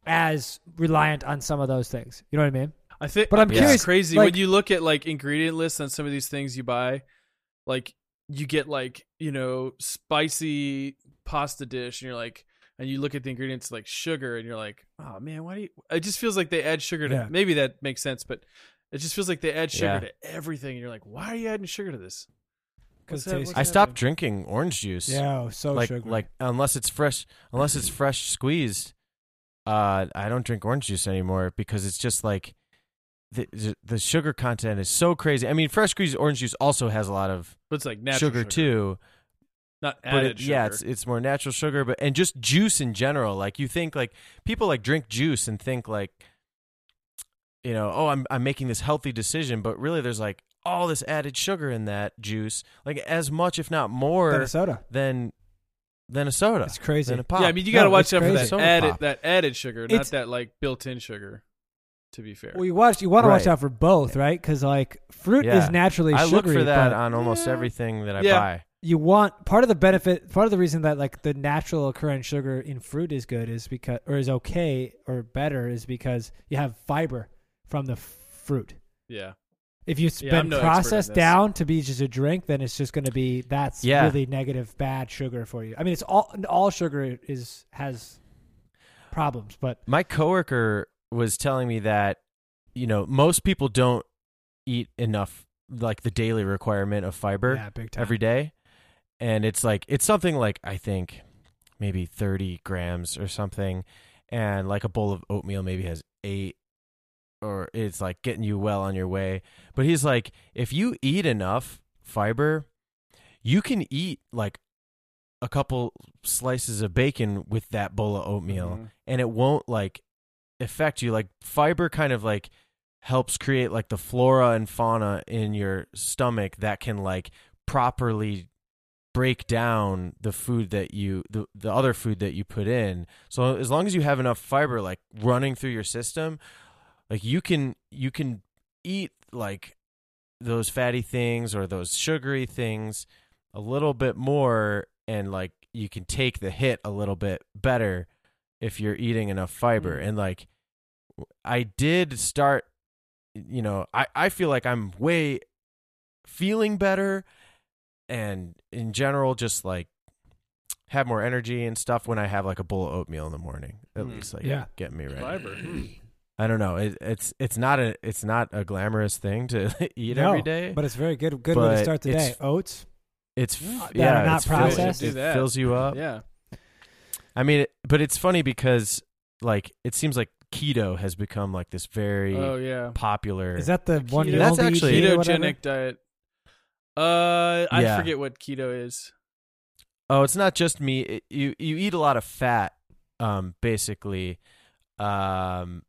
[SPEAKER 1] as reliant on some of those things. You know what I mean?
[SPEAKER 2] I think,
[SPEAKER 1] But I'm
[SPEAKER 2] it's
[SPEAKER 1] curious,
[SPEAKER 2] Crazy
[SPEAKER 1] like-
[SPEAKER 2] when you look at like ingredient lists on some of these things you buy, like you get like you know spicy pasta dish, and you're like, and you look at the ingredients like sugar, and you're like, oh man, why do you? It just feels like they add sugar to.
[SPEAKER 1] Yeah.
[SPEAKER 2] Maybe that makes sense, but it just feels like they add sugar
[SPEAKER 3] Yeah.
[SPEAKER 2] to everything, and you're like, why are you adding sugar to this? What's
[SPEAKER 1] Good
[SPEAKER 2] that-
[SPEAKER 1] taste.
[SPEAKER 2] what's
[SPEAKER 3] I
[SPEAKER 2] happening?
[SPEAKER 3] stopped drinking orange juice
[SPEAKER 1] Yeah, so
[SPEAKER 3] like
[SPEAKER 1] sugary.
[SPEAKER 3] like unless it's fresh unless it's fresh squeezed uh i don't drink orange juice anymore because it's just like the- the the sugar content is so crazy i mean fresh squeezed orange juice also has a lot of
[SPEAKER 2] But it's like natural
[SPEAKER 3] sugar, too
[SPEAKER 2] not
[SPEAKER 3] but
[SPEAKER 2] added
[SPEAKER 3] it,
[SPEAKER 2] sugar.
[SPEAKER 3] yeah it's it's more natural sugar but and just juice in general like you think like people like drink juice and think like you know oh i'm i'm making this healthy decision but really there's like all this added sugar in that juice like as much if not more
[SPEAKER 1] Minnesota.
[SPEAKER 3] than than a soda.
[SPEAKER 1] It's crazy.
[SPEAKER 3] Than a pop.
[SPEAKER 2] yeah, I mean you
[SPEAKER 1] No,
[SPEAKER 2] got to
[SPEAKER 1] it's
[SPEAKER 2] watch out for that
[SPEAKER 1] crazy.
[SPEAKER 3] Soda
[SPEAKER 2] added
[SPEAKER 3] pop.
[SPEAKER 2] that added sugar, not
[SPEAKER 1] It's-
[SPEAKER 2] that like built-in sugar. To be fair,
[SPEAKER 1] Well, you watch. You want to watch
[SPEAKER 3] Right.
[SPEAKER 1] out for both, right? Because like fruit
[SPEAKER 3] Yeah.
[SPEAKER 1] is naturally
[SPEAKER 3] I
[SPEAKER 1] sugary.
[SPEAKER 3] look for that
[SPEAKER 1] but
[SPEAKER 3] on almost everything that I
[SPEAKER 2] Yeah.
[SPEAKER 3] buy.
[SPEAKER 1] you want part of the benefit part of the reason that like the natural occurring sugar in fruit is good is because or is okay or better is because you have fiber from the f- fruit
[SPEAKER 2] yeah.
[SPEAKER 1] if you've
[SPEAKER 2] Yeah, I'm
[SPEAKER 1] been
[SPEAKER 2] no expert on
[SPEAKER 1] processed
[SPEAKER 2] this.
[SPEAKER 1] down to be just a drink then it's just going to be that's
[SPEAKER 3] Yeah.
[SPEAKER 1] really negative bad sugar for you i mean it's all all sugar is has problems but
[SPEAKER 3] My coworker was telling me that you know most people don't eat enough like the daily requirement of fiber
[SPEAKER 1] yeah big time
[SPEAKER 3] every day, and it's like it's something like I think maybe thirty grams or something, and like a bowl of oatmeal maybe has eight. Or it's like getting you well on your way. But he's like, if you eat enough fiber, you can eat like a couple slices of bacon with that bowl of oatmeal
[SPEAKER 2] Mhm.
[SPEAKER 3] and it won't like affect you like fiber kind of like helps create like the flora and fauna in your stomach that can like properly break down the food that you the, the other food that you put in so as long as you have enough fiber like running through your system like you can you can eat like those fatty things or those sugary things a little bit more and like you can take the hit a little bit better if you're eating enough fiber and like w- i did start you know i i feel like i'm way feeling better and in general just like have more energy and stuff when i have like a bowl of oatmeal in the morning at
[SPEAKER 2] Mm.
[SPEAKER 3] least like
[SPEAKER 1] Yeah.
[SPEAKER 3] get me right
[SPEAKER 2] Fiber. Mm.
[SPEAKER 3] I don't know. It, it's it's not a it's not a glamorous thing to eat
[SPEAKER 1] No,
[SPEAKER 3] every day.
[SPEAKER 1] But it's very good. Good way to
[SPEAKER 3] But
[SPEAKER 1] start the
[SPEAKER 3] it's-
[SPEAKER 1] day. Oats.
[SPEAKER 3] it's
[SPEAKER 1] Yeah,
[SPEAKER 3] f-
[SPEAKER 1] that
[SPEAKER 3] yeah,
[SPEAKER 1] are not
[SPEAKER 3] it's fills-
[SPEAKER 1] processed.
[SPEAKER 2] Do that.
[SPEAKER 3] it fills you up.
[SPEAKER 2] Yeah.
[SPEAKER 3] I mean, it, but it's funny because like it seems like keto has become like this very
[SPEAKER 2] Oh yeah.
[SPEAKER 3] popular.
[SPEAKER 1] Is that the one
[SPEAKER 2] Keto-
[SPEAKER 1] you
[SPEAKER 3] That's
[SPEAKER 1] only eat
[SPEAKER 3] actually-
[SPEAKER 1] keto or whatever?
[SPEAKER 2] ketogenic diet. Uh, I
[SPEAKER 3] Yeah.
[SPEAKER 2] forget what keto is.
[SPEAKER 3] oh, it's not just me. It, you you eat a lot of fat, um, basically, um,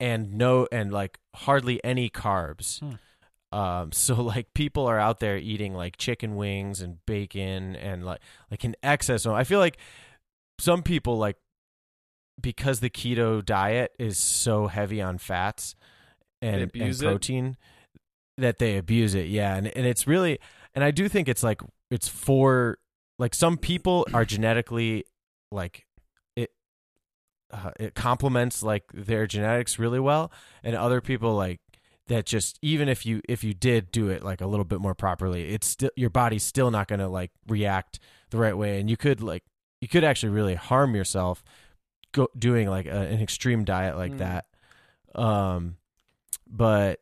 [SPEAKER 3] and no and like hardly any carbs.
[SPEAKER 2] Hmm.
[SPEAKER 3] Um, so like people are out there eating like chicken wings and bacon and like like in excess. I feel like some people like because the keto diet is so heavy on fats and,
[SPEAKER 2] They
[SPEAKER 3] and
[SPEAKER 2] abuse it?
[SPEAKER 3] protein that they abuse it. Yeah, and and it's really and I do think it's like it's for like some people are genetically like it uh, it complements like their genetics really well and other people like that just even if you if you did do it like a little bit more properly it's still your body's still not going to like react the right way and you could like you could actually really harm yourself go doing like a, an extreme diet like
[SPEAKER 2] Mm.
[SPEAKER 3] that um but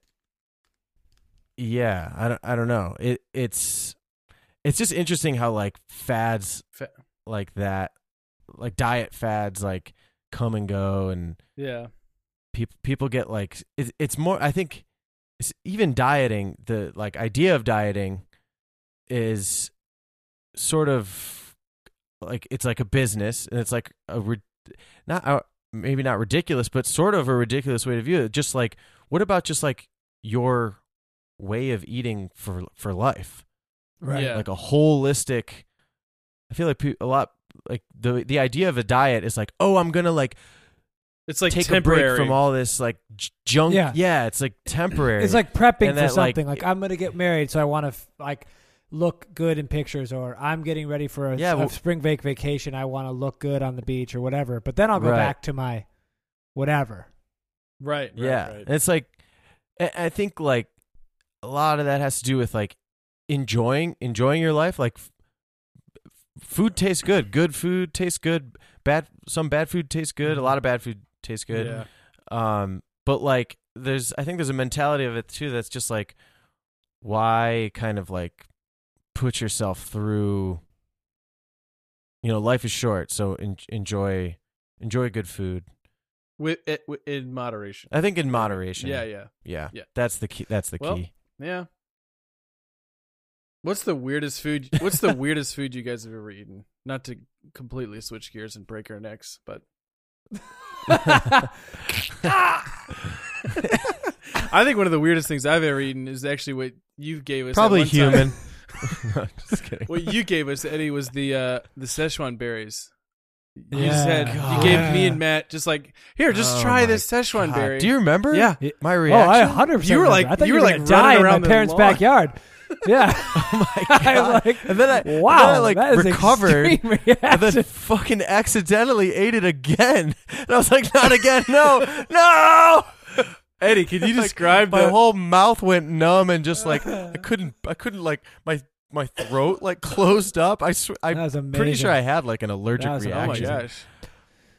[SPEAKER 3] yeah i don't i don't know it it's it's just interesting how like fads
[SPEAKER 2] Fa-
[SPEAKER 3] like that like diet fads like come and go and
[SPEAKER 2] Yeah.
[SPEAKER 3] people people get like it, it's more i think it's even dieting the like idea of dieting is sort of like it's like a business and it's like a rid- not uh, maybe not ridiculous but sort of a ridiculous way to view it just like what about just like your way of eating for for life
[SPEAKER 1] Right.
[SPEAKER 2] Yeah.
[SPEAKER 3] like a holistic i feel like pe- a lot like the the idea of a diet is like oh i'm gonna like
[SPEAKER 2] It's like
[SPEAKER 3] take
[SPEAKER 2] temporary.
[SPEAKER 3] a break from all this like j- junk.
[SPEAKER 1] Yeah.
[SPEAKER 3] Yeah. it's like temporary.
[SPEAKER 1] It's like prepping
[SPEAKER 3] And
[SPEAKER 1] for
[SPEAKER 3] that, like,
[SPEAKER 1] something. Like, I'm gonna get married, so I want to f- like look good in pictures, or I'm getting ready for a,
[SPEAKER 3] Yeah,
[SPEAKER 1] a
[SPEAKER 3] well-
[SPEAKER 1] spring break vacation. I want to look good on the beach or whatever. But then I'll go
[SPEAKER 3] Right.
[SPEAKER 1] back to my whatever.
[SPEAKER 2] Right. right,
[SPEAKER 3] yeah,
[SPEAKER 2] right.
[SPEAKER 3] it's like I I think like a lot of that has to do with like enjoying enjoying your life. Like f- food tastes good. Good food tastes good. Bad some bad food tastes good. A lot of bad food tastes
[SPEAKER 2] Mm-hmm.
[SPEAKER 3] good.
[SPEAKER 2] Yeah.
[SPEAKER 3] Um, but like, there's I think there's a mentality of it too that's just like, why kind of like put yourself through. You know, life is short, so en- enjoy enjoy good food.
[SPEAKER 2] With, it, wi- in moderation.
[SPEAKER 3] I think in moderation.
[SPEAKER 2] Yeah. Yeah.
[SPEAKER 3] yeah,
[SPEAKER 2] yeah.
[SPEAKER 3] That's the key. That's the
[SPEAKER 2] Well,
[SPEAKER 3] key.
[SPEAKER 2] Yeah. What's the weirdest food? What's the weirdest food you guys have ever eaten? Not to completely switch gears and break our necks, but I think one of the weirdest things I've ever eaten is actually what you gave us. at
[SPEAKER 3] Probably
[SPEAKER 2] one time.
[SPEAKER 3] human. no, just kidding.
[SPEAKER 2] what you gave us, Eddie, was the uh, the Szechuan berries. You
[SPEAKER 1] Yeah.
[SPEAKER 2] just had
[SPEAKER 3] God.
[SPEAKER 2] you gave me
[SPEAKER 1] Yeah.
[SPEAKER 2] and Matt just like here, just
[SPEAKER 3] Oh
[SPEAKER 2] try
[SPEAKER 3] my
[SPEAKER 2] this Szechuan
[SPEAKER 3] God,
[SPEAKER 2] berry.
[SPEAKER 3] Do you remember?
[SPEAKER 2] Yeah.
[SPEAKER 3] my
[SPEAKER 1] Oh, I
[SPEAKER 3] reaction.
[SPEAKER 1] 100. percent
[SPEAKER 2] You were like-
[SPEAKER 1] I thought you,
[SPEAKER 2] you were
[SPEAKER 1] were gonna
[SPEAKER 2] like running
[SPEAKER 1] die in my
[SPEAKER 2] around the
[SPEAKER 1] parents'
[SPEAKER 2] lawn.
[SPEAKER 1] backyard. Yeah.
[SPEAKER 3] Oh my god!
[SPEAKER 1] I was like,
[SPEAKER 3] and then I, and
[SPEAKER 1] wow,
[SPEAKER 3] then I like
[SPEAKER 1] that is
[SPEAKER 3] recovered.
[SPEAKER 1] extreme
[SPEAKER 3] and then
[SPEAKER 1] reaction.
[SPEAKER 3] fucking accidentally ate it again. And I was like, not again, no, no.
[SPEAKER 2] Eddie, can you describe
[SPEAKER 3] My
[SPEAKER 2] the
[SPEAKER 3] whole mouth went numb and just like I couldn't, I couldn't like my my throat like closed up. I sw-
[SPEAKER 1] That
[SPEAKER 3] I'm
[SPEAKER 1] was amazing.
[SPEAKER 3] pretty sure I had like an allergic
[SPEAKER 1] That was
[SPEAKER 2] Oh my
[SPEAKER 3] reaction.
[SPEAKER 1] amazing.
[SPEAKER 2] gosh!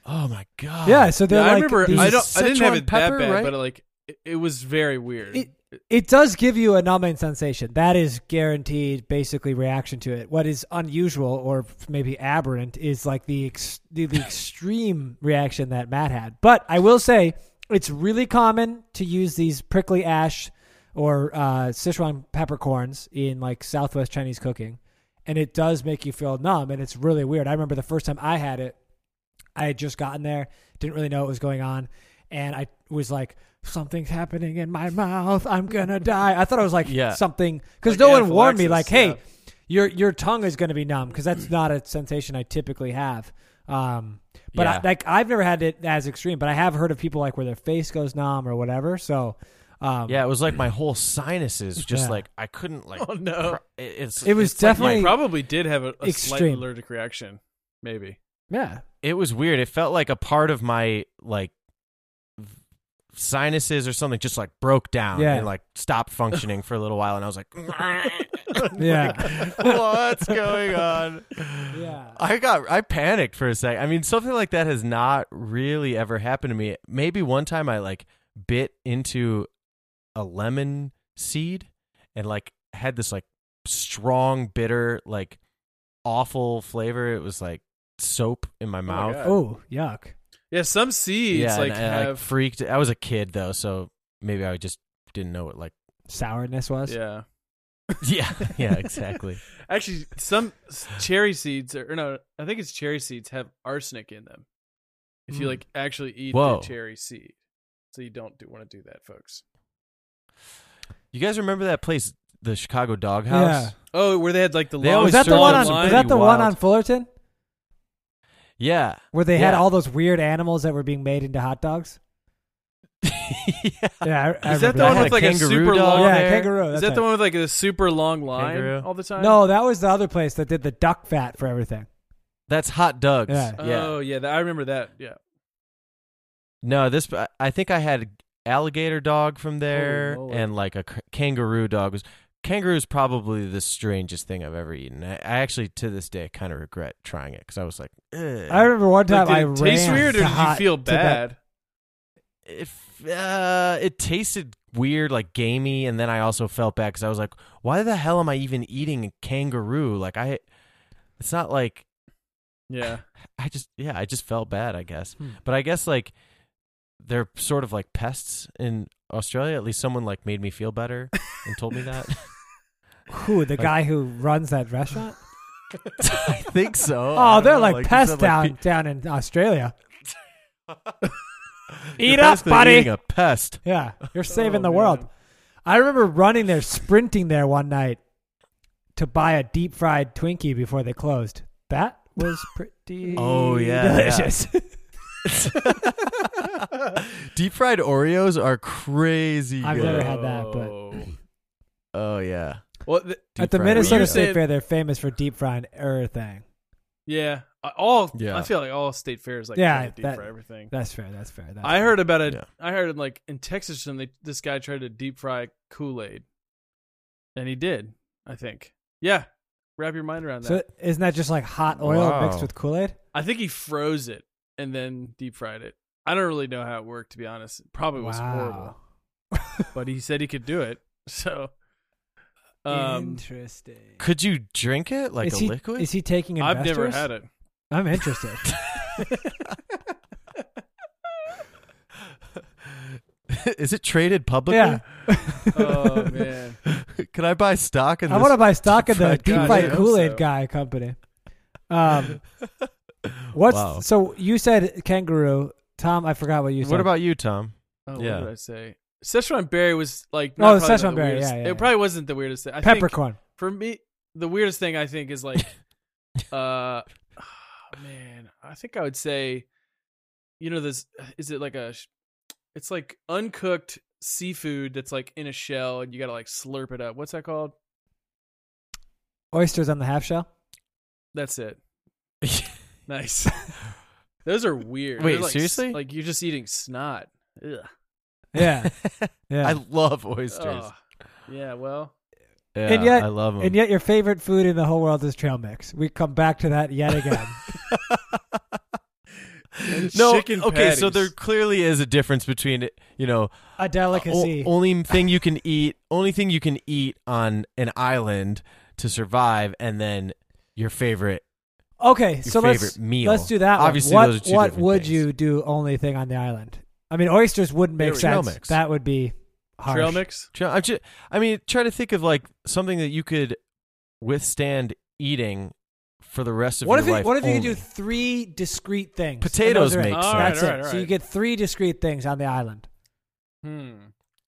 [SPEAKER 3] Oh my god!
[SPEAKER 1] Yeah, so they're
[SPEAKER 2] Yeah, I
[SPEAKER 1] like
[SPEAKER 2] remember.
[SPEAKER 1] these-
[SPEAKER 2] I don't. I didn't have
[SPEAKER 3] Szechuan
[SPEAKER 2] it
[SPEAKER 3] pepper,
[SPEAKER 2] that bad,
[SPEAKER 3] right?
[SPEAKER 2] but like it, it was very weird.
[SPEAKER 1] It- it does give you a numbing sensation. That is guaranteed, basically reaction to it. What is unusual or maybe aberrant is like the ex- the, the extreme reaction that Matt had. But I will say it's really common to use these prickly ash or uh, Sichuan peppercorns in like Southwest Chinese cooking, and it does make you feel numb, and it's really weird. I remember the first time I had it, I had just gotten there, didn't really know what was going on, and I was like, "Something's happening in my mouth. I'm gonna die." I thought I was like
[SPEAKER 3] Yeah.
[SPEAKER 1] something because
[SPEAKER 2] Like
[SPEAKER 1] no one warned me. Like,
[SPEAKER 2] anaphylaxis,
[SPEAKER 1] hey,
[SPEAKER 2] yeah.
[SPEAKER 1] your your tongue is going to be numb because that's not a sensation I typically have. Um, but I,
[SPEAKER 3] Yeah.
[SPEAKER 1] like I've never had it as extreme, but I have heard of people like where their face goes numb or whatever. So, um,
[SPEAKER 3] Yeah, it was like my whole sinuses just
[SPEAKER 1] Yeah.
[SPEAKER 3] like I couldn't like.
[SPEAKER 2] Oh, no.
[SPEAKER 3] cr- it- it's
[SPEAKER 1] It was
[SPEAKER 3] it's like my-
[SPEAKER 1] definitely-
[SPEAKER 2] I probably did have a, a slight
[SPEAKER 1] Extreme.
[SPEAKER 2] allergic reaction, maybe.
[SPEAKER 1] yeah,
[SPEAKER 3] it was weird. It felt like a part of my like v- sinuses or something just like broke down
[SPEAKER 1] Yeah.
[SPEAKER 3] and like stopped functioning for a little while, and I was like,
[SPEAKER 1] yeah,
[SPEAKER 3] "What's going on?"
[SPEAKER 1] yeah.
[SPEAKER 3] I got I panicked for a sec. I mean, something like that has not really ever happened to me. Maybe one time I like bit into a lemon seed and like had this like strong bitter like awful flavor. It was like soap in my
[SPEAKER 2] my
[SPEAKER 3] mouth.
[SPEAKER 2] God.
[SPEAKER 1] Oh, yuck.
[SPEAKER 2] Yeah, some seeds
[SPEAKER 3] yeah,
[SPEAKER 2] like
[SPEAKER 3] and I like
[SPEAKER 2] have
[SPEAKER 3] freaked. I was a kid though, so maybe I just didn't know what like
[SPEAKER 1] Sourness was.
[SPEAKER 2] yeah.
[SPEAKER 3] Yeah, yeah, exactly.
[SPEAKER 2] Actually, some s- cherry seeds are, or no, I think it's cherry seeds have arsenic in them. If you
[SPEAKER 1] Mm.
[SPEAKER 2] like actually eat
[SPEAKER 3] Whoa.
[SPEAKER 2] the cherry seed, so you don't do, want to do that, folks.
[SPEAKER 3] you guys remember that place, the Chicago Doghouse?
[SPEAKER 1] Yeah.
[SPEAKER 2] Oh, where they had like the
[SPEAKER 3] They
[SPEAKER 2] long
[SPEAKER 1] Was
[SPEAKER 3] always
[SPEAKER 1] that the
[SPEAKER 3] serve
[SPEAKER 1] one on?
[SPEAKER 3] them
[SPEAKER 2] line?
[SPEAKER 1] Was that the
[SPEAKER 3] Pretty
[SPEAKER 1] one
[SPEAKER 3] wild.
[SPEAKER 1] on Fullerton
[SPEAKER 3] Yeah.
[SPEAKER 1] where they had
[SPEAKER 3] Yeah.
[SPEAKER 1] all those weird animals that were being made into hot dogs?
[SPEAKER 3] yeah.
[SPEAKER 1] Yeah, I, I
[SPEAKER 2] Is that
[SPEAKER 1] remember
[SPEAKER 2] the
[SPEAKER 3] I
[SPEAKER 2] one
[SPEAKER 3] had
[SPEAKER 2] with
[SPEAKER 3] a
[SPEAKER 2] like a
[SPEAKER 3] kangaroo
[SPEAKER 2] super
[SPEAKER 3] dog
[SPEAKER 2] long?
[SPEAKER 1] yeah,
[SPEAKER 3] there?
[SPEAKER 1] kangaroo.
[SPEAKER 2] Is
[SPEAKER 1] Oh, that's
[SPEAKER 2] that
[SPEAKER 1] right.
[SPEAKER 2] the one with like the super long line
[SPEAKER 3] Kangaroo?
[SPEAKER 2] all the time?
[SPEAKER 1] No, that was the other place that did the duck fat for everything.
[SPEAKER 3] That's hot dogs.
[SPEAKER 1] Yeah.
[SPEAKER 2] Oh yeah, that, I remember that. Yeah.
[SPEAKER 3] No, this I- I think I had alligator dog from there
[SPEAKER 2] Holy moly.
[SPEAKER 3] and like a k- kangaroo dog was kangaroo is probably the strangest thing I've ever eaten. I, I actually to this day kind of regret trying it cuz I was like Ugh.
[SPEAKER 1] I remember one time
[SPEAKER 2] Like, did
[SPEAKER 1] I
[SPEAKER 2] it taste
[SPEAKER 1] ran
[SPEAKER 2] weird
[SPEAKER 1] to
[SPEAKER 2] or did you
[SPEAKER 1] hot-
[SPEAKER 2] feel
[SPEAKER 1] to that-
[SPEAKER 2] bad?
[SPEAKER 3] if uh, it tasted weird like gamey and then I also felt bad cuz I was like why the hell am I even eating a kangaroo? Like I it's not like
[SPEAKER 2] Yeah.
[SPEAKER 3] I just yeah, I just felt bad, I guess.
[SPEAKER 1] Hmm.
[SPEAKER 3] But I guess like they're sort of like pests in Australia. At least someone like made me feel better and told me that.
[SPEAKER 1] Who the
[SPEAKER 3] Like-
[SPEAKER 1] guy who runs that restaurant?
[SPEAKER 3] I think so. I
[SPEAKER 1] Oh,
[SPEAKER 3] don't
[SPEAKER 1] they're
[SPEAKER 3] know,
[SPEAKER 1] like,
[SPEAKER 3] you
[SPEAKER 1] pests
[SPEAKER 3] said,
[SPEAKER 1] down
[SPEAKER 3] like,
[SPEAKER 1] down in Australia.
[SPEAKER 3] pe-
[SPEAKER 1] Eat
[SPEAKER 3] you're
[SPEAKER 1] up,
[SPEAKER 3] basically
[SPEAKER 1] buddy.
[SPEAKER 3] Eating a pest.
[SPEAKER 1] Yeah, you're saving
[SPEAKER 2] Oh,
[SPEAKER 1] the world.
[SPEAKER 2] man.
[SPEAKER 1] I remember running there, sprinting there one night to buy a deep fried Twinkie before they closed. That was pretty.
[SPEAKER 3] Oh, yeah, yeah.
[SPEAKER 1] delicious.
[SPEAKER 3] Deep fried Oreos are crazy.
[SPEAKER 1] I've
[SPEAKER 3] good.
[SPEAKER 1] never had that, but-
[SPEAKER 2] Oh.
[SPEAKER 3] Oh yeah.
[SPEAKER 2] well, th-
[SPEAKER 1] At the
[SPEAKER 3] Deep-fried
[SPEAKER 1] Minnesota
[SPEAKER 2] Oreos.
[SPEAKER 1] State
[SPEAKER 2] You're
[SPEAKER 1] Fair, they're famous for deep frying everything.
[SPEAKER 2] yeah, I- all
[SPEAKER 3] Yeah.
[SPEAKER 2] I feel like all state fairs like
[SPEAKER 1] Yeah,
[SPEAKER 2] yeah, deep
[SPEAKER 1] that-
[SPEAKER 2] fry everything.
[SPEAKER 1] That's fair. That's fair. That's
[SPEAKER 2] I heard about it.
[SPEAKER 3] Yeah.
[SPEAKER 2] I heard like in Texas, and they, this guy tried to deep fry Kool Aid, and he did. I think. Yeah, wrap your mind around that.
[SPEAKER 1] So isn't that just like hot oil mixed
[SPEAKER 3] Wow.
[SPEAKER 1] with Kool Aid?
[SPEAKER 2] I think he froze it and then deep fried it. I don't really know how it worked, to be honest. It probably was horrible, but he said he could do it. So, um,
[SPEAKER 1] Interesting.
[SPEAKER 3] Could you drink it like
[SPEAKER 1] is
[SPEAKER 3] a
[SPEAKER 1] he,
[SPEAKER 3] liquid?
[SPEAKER 1] Is he taking investors?
[SPEAKER 2] I've never had it.
[SPEAKER 1] I'm interested.
[SPEAKER 3] is it traded publicly?
[SPEAKER 1] yeah,
[SPEAKER 2] Oh man,
[SPEAKER 3] Can I buy stock in
[SPEAKER 1] I
[SPEAKER 3] this?
[SPEAKER 1] want to buy stock in the
[SPEAKER 3] deep-fried
[SPEAKER 1] deep
[SPEAKER 2] guy.
[SPEAKER 1] fried
[SPEAKER 2] I hope
[SPEAKER 1] Kool Aid
[SPEAKER 2] so.
[SPEAKER 1] guy company. Um, what's
[SPEAKER 3] Wow.
[SPEAKER 1] so you said kangaroo? Tom, I forgot what you said.
[SPEAKER 3] What about you, Tom?
[SPEAKER 2] oh,
[SPEAKER 3] Yeah.
[SPEAKER 2] what did I say? Szechuan berry was like
[SPEAKER 1] Oh,
[SPEAKER 2] not probably
[SPEAKER 1] Szechuan
[SPEAKER 2] the
[SPEAKER 1] berry,
[SPEAKER 2] weirdest-
[SPEAKER 1] yeah, yeah,
[SPEAKER 2] it
[SPEAKER 1] yeah.
[SPEAKER 2] probably wasn't the weirdest thing. I think-
[SPEAKER 1] peppercorn?
[SPEAKER 2] for me the weirdest thing i think is like uh ah, man i think i would say you know this is it like a sh- it's like uncooked seafood that's like in a shell and you gotta like slurp it up what's that called
[SPEAKER 1] Oysters on the half shell.
[SPEAKER 2] that's it nice those are weird
[SPEAKER 3] Wait,
[SPEAKER 2] They're, like, s-
[SPEAKER 3] seriously?
[SPEAKER 2] like you're just eating snot Ugh.
[SPEAKER 1] Yeah, yeah.
[SPEAKER 3] I love oysters.
[SPEAKER 2] Ugh. Oh. yeah well
[SPEAKER 3] Yeah,
[SPEAKER 1] And yet-
[SPEAKER 3] I love them.
[SPEAKER 1] and yet, your favorite food in the whole world is trail mix. We come back to that yet again.
[SPEAKER 2] And
[SPEAKER 3] no,
[SPEAKER 2] chicken
[SPEAKER 3] okay, so
[SPEAKER 2] patties.
[SPEAKER 3] there clearly is a difference between you know
[SPEAKER 1] A
[SPEAKER 3] Uh, o-
[SPEAKER 1] delicacy.
[SPEAKER 3] only thing you can eat, only thing you can eat on an island to survive, and then your favorite.
[SPEAKER 1] Okay,
[SPEAKER 3] your
[SPEAKER 1] so let's
[SPEAKER 3] favorite meal.
[SPEAKER 1] let's do that. one.
[SPEAKER 3] Obviously,
[SPEAKER 1] what
[SPEAKER 3] those are two
[SPEAKER 1] what
[SPEAKER 3] different
[SPEAKER 1] would
[SPEAKER 3] things.
[SPEAKER 1] you do only thing on the island? I mean, oysters wouldn't
[SPEAKER 3] There
[SPEAKER 1] make
[SPEAKER 3] we go. Trail
[SPEAKER 1] sense.
[SPEAKER 3] mix.
[SPEAKER 1] That would be harsh.
[SPEAKER 2] trail mix
[SPEAKER 3] Try- I'm just, I mean, try to think of like something that you could withstand eating for the rest of
[SPEAKER 1] What
[SPEAKER 3] your
[SPEAKER 1] if you,
[SPEAKER 3] life.
[SPEAKER 1] what if you could do
[SPEAKER 3] only.
[SPEAKER 1] three discrete things?
[SPEAKER 3] Potatoes
[SPEAKER 1] And those are it.
[SPEAKER 3] make
[SPEAKER 2] All right,
[SPEAKER 1] That's
[SPEAKER 2] sense. all right,
[SPEAKER 1] it.
[SPEAKER 2] all
[SPEAKER 1] So you
[SPEAKER 2] right.
[SPEAKER 1] get three discrete things on the island.
[SPEAKER 2] hmm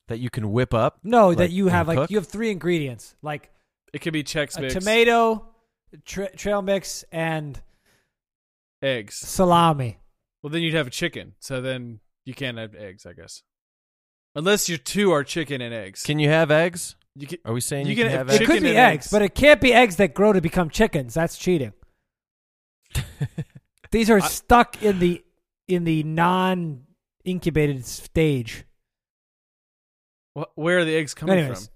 [SPEAKER 3] that you can whip up?
[SPEAKER 1] No, that
[SPEAKER 3] Like,
[SPEAKER 1] you have
[SPEAKER 3] and
[SPEAKER 1] like
[SPEAKER 3] cook?
[SPEAKER 1] you have three ingredients like
[SPEAKER 2] It could be Chex
[SPEAKER 1] a
[SPEAKER 2] Mix,
[SPEAKER 1] tomato tra- trail mix and
[SPEAKER 2] eggs.
[SPEAKER 1] salami.
[SPEAKER 2] Well, then you'd have a chicken. So then you can't have eggs, I guess. Unless your two are chicken and eggs.
[SPEAKER 3] Can you have eggs?
[SPEAKER 2] you can,
[SPEAKER 3] Are we saying
[SPEAKER 2] You
[SPEAKER 3] you,
[SPEAKER 2] can
[SPEAKER 3] can,
[SPEAKER 2] have
[SPEAKER 3] have
[SPEAKER 1] It
[SPEAKER 3] eggs?
[SPEAKER 2] chicken
[SPEAKER 1] could be
[SPEAKER 2] and
[SPEAKER 1] eggs,
[SPEAKER 2] eggs.
[SPEAKER 1] but it can't be eggs that grow to become chickens. That's cheating. These are
[SPEAKER 2] I-
[SPEAKER 1] stuck in the in the non incubated stage.
[SPEAKER 2] wh- where are the eggs coming
[SPEAKER 1] Anyways.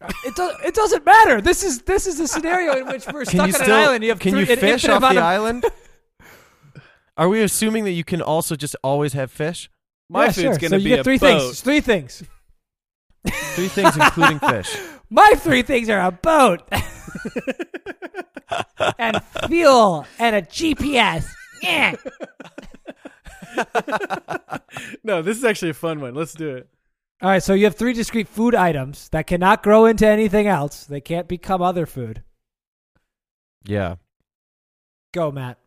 [SPEAKER 2] from?
[SPEAKER 1] It does. It doesn't matter. This is this is a scenario in which we're stuck on an island. You have
[SPEAKER 3] can
[SPEAKER 1] three,
[SPEAKER 3] you
[SPEAKER 1] an
[SPEAKER 3] fish
[SPEAKER 1] infinite
[SPEAKER 3] off
[SPEAKER 1] amount
[SPEAKER 3] the
[SPEAKER 1] of-
[SPEAKER 3] island? Are we assuming that you can also just always have fish?
[SPEAKER 2] My
[SPEAKER 1] Yeah,
[SPEAKER 2] food's
[SPEAKER 1] sure.
[SPEAKER 2] gonna
[SPEAKER 1] so
[SPEAKER 2] be
[SPEAKER 1] you get
[SPEAKER 2] a
[SPEAKER 1] three
[SPEAKER 2] boat.
[SPEAKER 1] things. Three things.
[SPEAKER 3] Three things, including fish.
[SPEAKER 1] My three things are a boat and fuel and a GPS. Yeah.
[SPEAKER 2] No, this is actually a fun one. Let's do it.
[SPEAKER 1] All right, so you have three discrete food items that cannot grow into anything else. They can't become other food.
[SPEAKER 3] Yeah.
[SPEAKER 1] Go, Matt.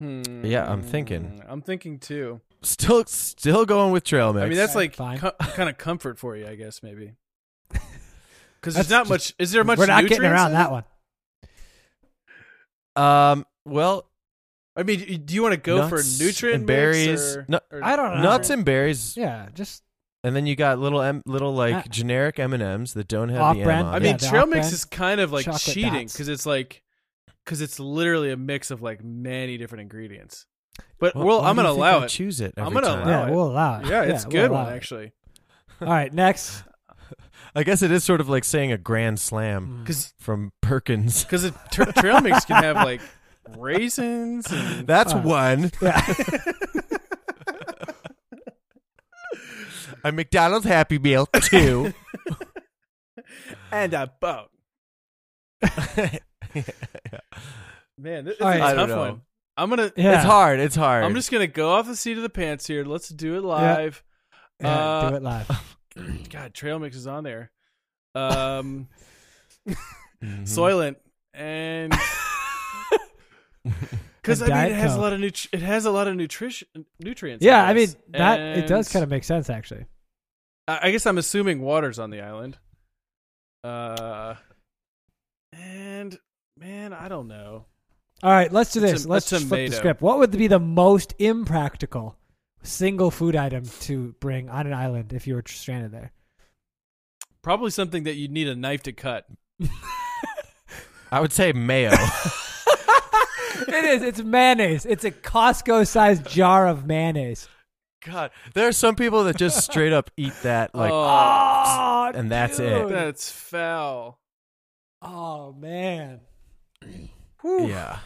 [SPEAKER 2] Hmm.
[SPEAKER 3] Yeah, I'm thinking.
[SPEAKER 2] I'm thinking too.
[SPEAKER 3] Still, still going with trail mix.
[SPEAKER 2] I mean, that's
[SPEAKER 1] Alright,
[SPEAKER 2] like
[SPEAKER 1] fine.
[SPEAKER 2] co- kind of comfort for you, I guess, maybe. Because
[SPEAKER 1] That's
[SPEAKER 2] there's not
[SPEAKER 1] just-
[SPEAKER 2] much. Is there much?
[SPEAKER 1] We're not getting
[SPEAKER 2] nutrients
[SPEAKER 1] around
[SPEAKER 2] in
[SPEAKER 1] that
[SPEAKER 2] it?
[SPEAKER 1] one.
[SPEAKER 3] um. Well,
[SPEAKER 2] I mean, y- do you want to go for
[SPEAKER 3] Nuts
[SPEAKER 2] nutrient
[SPEAKER 3] and berries.
[SPEAKER 2] Mix or,
[SPEAKER 3] Nu-
[SPEAKER 2] or
[SPEAKER 1] I don't know.
[SPEAKER 3] nuts and berries,
[SPEAKER 1] Yeah, just
[SPEAKER 3] and then you got little, M- little like
[SPEAKER 1] Uh,
[SPEAKER 3] generic M and M's that don't have the M
[SPEAKER 1] Off-brand.
[SPEAKER 3] on.
[SPEAKER 2] I
[SPEAKER 3] it.
[SPEAKER 1] Yeah,
[SPEAKER 2] mean,
[SPEAKER 1] the
[SPEAKER 2] trail mix
[SPEAKER 1] off-brand
[SPEAKER 2] is kind of like
[SPEAKER 1] chocolate
[SPEAKER 2] cheating
[SPEAKER 1] dots.
[SPEAKER 2] because it's like because it's literally a mix of like many different ingredients. But
[SPEAKER 3] Wh-
[SPEAKER 2] well,
[SPEAKER 3] why
[SPEAKER 2] I'm
[SPEAKER 3] do you
[SPEAKER 2] gonna
[SPEAKER 3] think
[SPEAKER 2] allow
[SPEAKER 3] I
[SPEAKER 2] it.
[SPEAKER 3] Choose it.
[SPEAKER 2] I'm
[SPEAKER 3] every
[SPEAKER 2] gonna
[SPEAKER 3] time?
[SPEAKER 2] allow
[SPEAKER 1] yeah,
[SPEAKER 2] it.
[SPEAKER 1] we'll allow it.
[SPEAKER 2] yeah, it's
[SPEAKER 1] we'll uh, uh-huh.
[SPEAKER 2] good
[SPEAKER 1] allow
[SPEAKER 2] one
[SPEAKER 1] it.
[SPEAKER 2] actually.
[SPEAKER 1] All right, next.
[SPEAKER 3] I guess it is sort of like saying a grand
[SPEAKER 1] Mm.
[SPEAKER 3] slam
[SPEAKER 2] Because
[SPEAKER 3] from Perkins.
[SPEAKER 2] because tra- trail mix can have like raisins and
[SPEAKER 3] That's
[SPEAKER 1] Uh,
[SPEAKER 3] one.
[SPEAKER 1] Yeah.
[SPEAKER 3] A McDonald's Happy Meal two.
[SPEAKER 2] and a boat. Man, this, this
[SPEAKER 1] All right.
[SPEAKER 2] is a
[SPEAKER 3] I
[SPEAKER 2] tough
[SPEAKER 3] don't know.
[SPEAKER 2] one. I'm gonna.
[SPEAKER 1] Yeah.
[SPEAKER 3] It's hard. It's hard.
[SPEAKER 2] I'm just gonna go off the seat of the pants here. Let's do it
[SPEAKER 1] Yeah.
[SPEAKER 2] live.
[SPEAKER 1] Yeah,
[SPEAKER 2] Uh,
[SPEAKER 1] do it live.
[SPEAKER 2] God, trail mix is on there. Um,
[SPEAKER 3] Mhm.
[SPEAKER 2] Soylent and because I
[SPEAKER 1] And
[SPEAKER 2] mean it
[SPEAKER 1] Diet
[SPEAKER 2] has a
[SPEAKER 1] Coke.
[SPEAKER 2] lot of nutri- it has a lot of nutrition nutrients.
[SPEAKER 1] Yeah, I mean that it does
[SPEAKER 2] of.
[SPEAKER 1] kind of make sense actually.
[SPEAKER 2] I I guess I'm assuming water's on the island. Uh, and man, I don't know.
[SPEAKER 1] All right, let's do
[SPEAKER 2] It's a-
[SPEAKER 1] this.
[SPEAKER 2] a
[SPEAKER 1] let's just flip the
[SPEAKER 2] tomato.
[SPEAKER 1] script. What would be the most impractical single food item to bring on an island if you were stranded there?
[SPEAKER 2] Probably something that you'd need a knife to cut.
[SPEAKER 3] I would say mayo.
[SPEAKER 1] it is. It's mayonnaise. It's a Costco-sized jar of mayonnaise.
[SPEAKER 3] God, there are some people that just straight up eat that. Like,
[SPEAKER 2] oh,
[SPEAKER 1] Oh,
[SPEAKER 3] and that's it.
[SPEAKER 1] dude.
[SPEAKER 2] that's foul.
[SPEAKER 1] Oh man,
[SPEAKER 2] Oh.
[SPEAKER 3] yeah.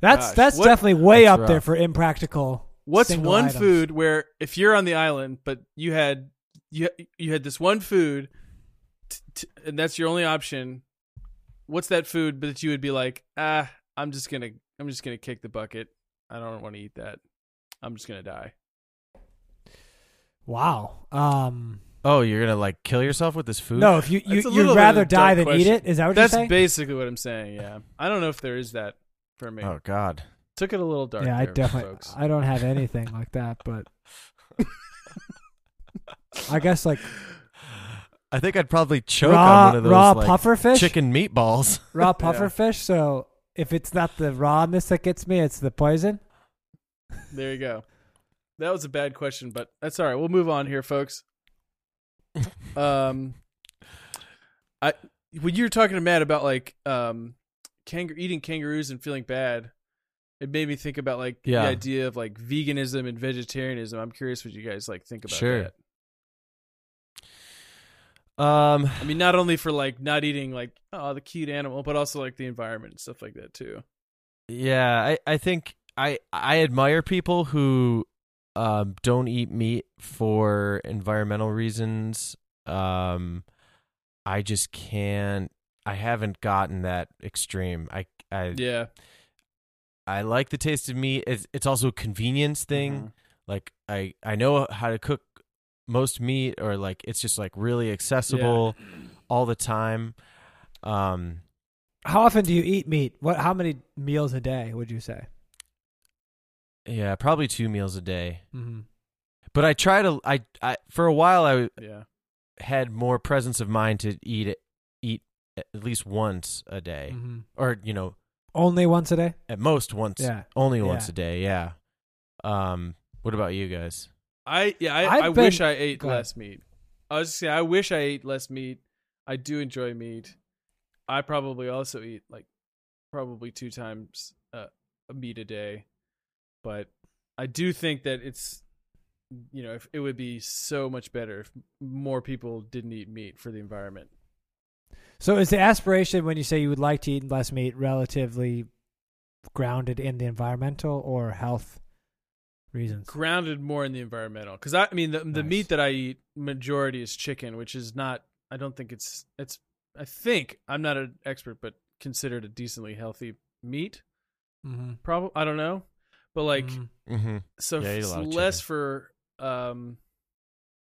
[SPEAKER 1] that's
[SPEAKER 2] Gosh,
[SPEAKER 1] that's
[SPEAKER 2] what-
[SPEAKER 1] definitely way
[SPEAKER 3] That's
[SPEAKER 1] up there
[SPEAKER 3] rough.
[SPEAKER 1] for impractical.
[SPEAKER 2] What's
[SPEAKER 1] single
[SPEAKER 2] one
[SPEAKER 1] items.
[SPEAKER 2] food where if you're on the island, but you had you you had this one food, t- t- and that's your only option. What's that food that you would be like, ah, I'm just gonna I'm just gonna kick the bucket. I don't want to eat that. I'm just gonna die.
[SPEAKER 1] Wow. Um.
[SPEAKER 3] Oh, you're gonna like kill yourself with this food?
[SPEAKER 1] No, if you
[SPEAKER 2] That's a
[SPEAKER 1] you
[SPEAKER 2] little
[SPEAKER 1] you'd rather
[SPEAKER 2] bit of a
[SPEAKER 1] die
[SPEAKER 2] dumb
[SPEAKER 1] than eat
[SPEAKER 2] question.
[SPEAKER 1] it, is that what
[SPEAKER 2] That's
[SPEAKER 1] you're saying?
[SPEAKER 2] basically what I'm saying. Yeah, I don't know if there is that for me.
[SPEAKER 3] Oh God.
[SPEAKER 2] Took it a little dark.
[SPEAKER 1] yeah, I
[SPEAKER 2] there,
[SPEAKER 1] definitely.
[SPEAKER 2] folks.
[SPEAKER 1] I don't have anything like that, but I guess like
[SPEAKER 3] I think I'd probably choke on
[SPEAKER 1] raw
[SPEAKER 3] one of those
[SPEAKER 1] raw
[SPEAKER 3] like,
[SPEAKER 1] puffer fish,
[SPEAKER 3] chicken meatballs.
[SPEAKER 1] raw puffer fish. So if it's not the rawness that gets me, it's the poison.
[SPEAKER 2] There you go. That was a bad question, but that's all right. We'll move on here, folks. Um, I when you were talking to Matt about like um, kangaroo eating kangaroos and feeling bad, it made me think about like
[SPEAKER 3] Yeah.
[SPEAKER 2] the idea of like veganism and vegetarianism. I'm curious what you guys like think about
[SPEAKER 3] Sure.
[SPEAKER 2] that.
[SPEAKER 3] Um,
[SPEAKER 2] I mean, not only for like not eating like oh the cute animal, but also like the environment and stuff like that too.
[SPEAKER 3] yeah, I, I think I I admire people who um don't eat meat for environmental reasons. Um, I just can't. I haven't gotten that extreme. I I
[SPEAKER 2] Yeah,
[SPEAKER 3] I like the taste of meat. It's, it's also a convenience thing.
[SPEAKER 1] Mm-hmm.
[SPEAKER 3] like i i know how to cook most meat or like it's just like really accessible all the time um
[SPEAKER 1] How often do you eat meat? What? How many meals a day would you say?
[SPEAKER 3] yeah probably two meals a day
[SPEAKER 1] Mm-hmm.
[SPEAKER 3] but i try to i, I for a while i
[SPEAKER 2] Yeah,
[SPEAKER 3] had more presence of mind to eat it eat at least once a day,
[SPEAKER 1] Mhm.
[SPEAKER 3] or you know,
[SPEAKER 1] Only once a day.
[SPEAKER 3] at most once,
[SPEAKER 1] Yeah.
[SPEAKER 3] only once
[SPEAKER 1] Yeah.
[SPEAKER 3] a day. Yeah. Um. What about you guys?
[SPEAKER 2] I yeah, I,
[SPEAKER 1] I've
[SPEAKER 2] I
[SPEAKER 1] been-
[SPEAKER 2] wish I ate
[SPEAKER 1] Go ahead.
[SPEAKER 2] less meat. I was just saying, I wish I ate less meat. I do enjoy meat. I probably also eat like probably two times uh, a meat a day, but I do think that it's you know if, it would be so much better if more people didn't eat meat for the environment.
[SPEAKER 1] So is the aspiration when you say you would like to eat less meat relatively grounded in the environmental or health reasons?
[SPEAKER 2] grounded more in the environmental because I, I mean the the
[SPEAKER 1] Nice.
[SPEAKER 2] meat that I eat majority is chicken, which is not. I don't think it's it's. I think I'm not an expert, but considered a decently healthy meat.
[SPEAKER 1] Mm-hmm.
[SPEAKER 2] Probably I don't know, but like
[SPEAKER 3] Mm-hmm.
[SPEAKER 2] so
[SPEAKER 3] Yeah, I eat a
[SPEAKER 2] it's
[SPEAKER 3] lot of
[SPEAKER 2] less for um,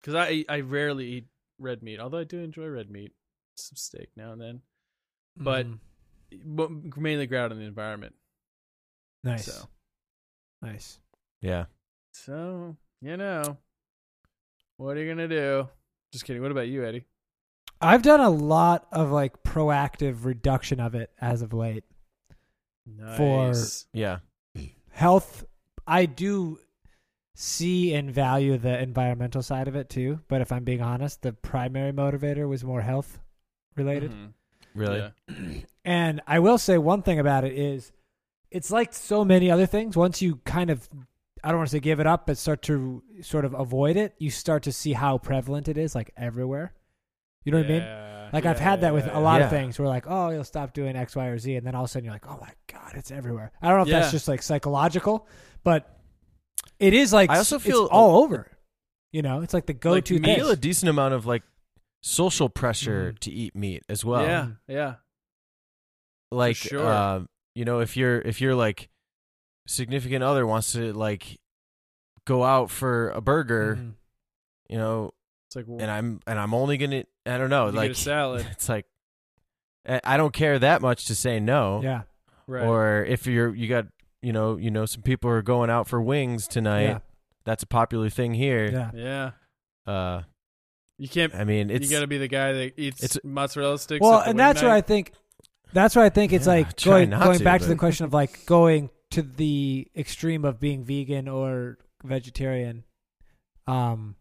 [SPEAKER 2] because I eat- I rarely eat red meat, although I do enjoy red meat, some steak now and then, but-
[SPEAKER 1] Mm-hmm.
[SPEAKER 2] but mainly grounded in the environment.
[SPEAKER 1] nice,
[SPEAKER 2] So
[SPEAKER 1] nice.
[SPEAKER 3] Yeah.
[SPEAKER 2] so you know, what are you gonna do? Just kidding. What about you, Eddie?
[SPEAKER 1] I've done a lot of like proactive reduction of it as of late. For-
[SPEAKER 2] Nice.
[SPEAKER 3] Yeah.
[SPEAKER 1] health i do see and value the environmental side of it too but if i'm being honest the primary motivator was more health related
[SPEAKER 2] Mhm.
[SPEAKER 3] Mm-hmm. Really.
[SPEAKER 2] Yeah.
[SPEAKER 1] and i will say one thing about it is it's like so many other things once you kind of i don't want to say give it up but start to sort of avoid it you start to see how prevalent it is like everywhere you know what i mean
[SPEAKER 2] Yeah,
[SPEAKER 1] like I've
[SPEAKER 2] yeah,
[SPEAKER 1] had that with
[SPEAKER 2] yeah,
[SPEAKER 1] a lot
[SPEAKER 3] yeah.
[SPEAKER 1] of things where like, oh, you'll stop doing X, Y, or Z, and then all of a sudden you're like, oh my god, it's everywhere. I don't know if
[SPEAKER 2] Yeah.
[SPEAKER 1] that's just like psychological, but it is like
[SPEAKER 3] I also
[SPEAKER 1] it's
[SPEAKER 3] feel-
[SPEAKER 1] all over. You know, it's like the go-to
[SPEAKER 2] Like
[SPEAKER 3] I
[SPEAKER 1] thing.
[SPEAKER 3] feel a decent amount of like social pressure to eat meat as well.
[SPEAKER 2] Mm-hmm. yeah, yeah,
[SPEAKER 3] like
[SPEAKER 2] sure.
[SPEAKER 3] uh, you know if you're if your like significant other wants to like go out for a
[SPEAKER 2] Mm-hmm.
[SPEAKER 3] burger
[SPEAKER 1] Mhm.
[SPEAKER 3] you know
[SPEAKER 2] It's like
[SPEAKER 3] and i'm and i'm only gonna i don't know
[SPEAKER 2] you
[SPEAKER 3] like
[SPEAKER 2] get a salad,
[SPEAKER 3] it's like I- i don't care that much to say no
[SPEAKER 1] Yeah,
[SPEAKER 2] right?
[SPEAKER 3] or if you're you got you know you know some people are going out for wings tonight
[SPEAKER 1] yeah,
[SPEAKER 3] that's a popular thing here
[SPEAKER 1] yeah.
[SPEAKER 2] yeah,
[SPEAKER 3] uh
[SPEAKER 2] you can't.
[SPEAKER 3] i mean it's
[SPEAKER 2] you got to be the guy that eats
[SPEAKER 3] it's-
[SPEAKER 2] mozzarella sticks.
[SPEAKER 1] Well,
[SPEAKER 2] at the
[SPEAKER 1] and that's
[SPEAKER 2] wing
[SPEAKER 1] where I
[SPEAKER 2] night.
[SPEAKER 1] think that's where I think it's
[SPEAKER 3] Yeah,
[SPEAKER 1] like
[SPEAKER 3] try
[SPEAKER 1] going
[SPEAKER 3] not
[SPEAKER 1] going
[SPEAKER 3] to,
[SPEAKER 1] back to
[SPEAKER 3] but-
[SPEAKER 1] the question of like going to the extreme of being vegan or vegetarian. Um,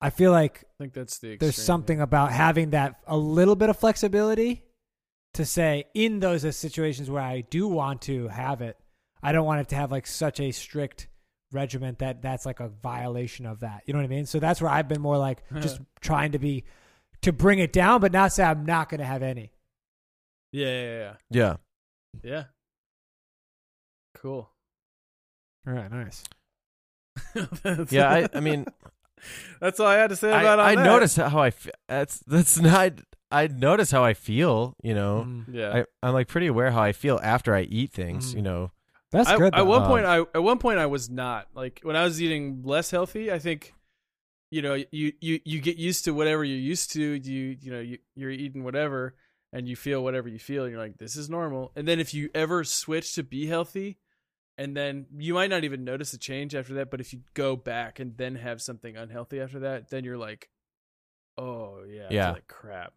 [SPEAKER 1] I feel like
[SPEAKER 2] I think that's the. Extreme.
[SPEAKER 1] there's something about having that a little bit of flexibility to say in those situations where I do want to have it, I don't want it to have like such a strict regiment that that's like a violation of that. You know what I mean? So that's where I've been more like just trying to be to bring it down, but not say I'm not going to have any.
[SPEAKER 2] Yeah, yeah,
[SPEAKER 3] yeah
[SPEAKER 2] yeah, yeah. Cool.
[SPEAKER 1] All right, nice.
[SPEAKER 3] yeah i, I mean
[SPEAKER 2] that's all I had to say
[SPEAKER 3] I,
[SPEAKER 2] about. all
[SPEAKER 3] I
[SPEAKER 2] that.
[SPEAKER 3] notice how I f- that's that's not I notice how I feel. You know,
[SPEAKER 2] Yeah,
[SPEAKER 3] I, I'm like pretty aware how I feel after I eat things.
[SPEAKER 2] Mm.
[SPEAKER 1] Mhm.
[SPEAKER 3] You know,
[SPEAKER 1] That's
[SPEAKER 2] I,
[SPEAKER 1] good.
[SPEAKER 2] At
[SPEAKER 1] though.
[SPEAKER 2] one
[SPEAKER 3] Um,
[SPEAKER 2] point, I at one point I was not like when I was eating less healthy. I think, you know, you you you get used to whatever you're used to. You you know you you're eating whatever and you feel whatever you feel. And you're like this is normal. And then if you ever switch to be healthy, and then you might not even notice a change after that. But if you go back and then have something unhealthy after that, then you're like, oh yeah, I feel
[SPEAKER 3] Yeah.
[SPEAKER 2] like crap.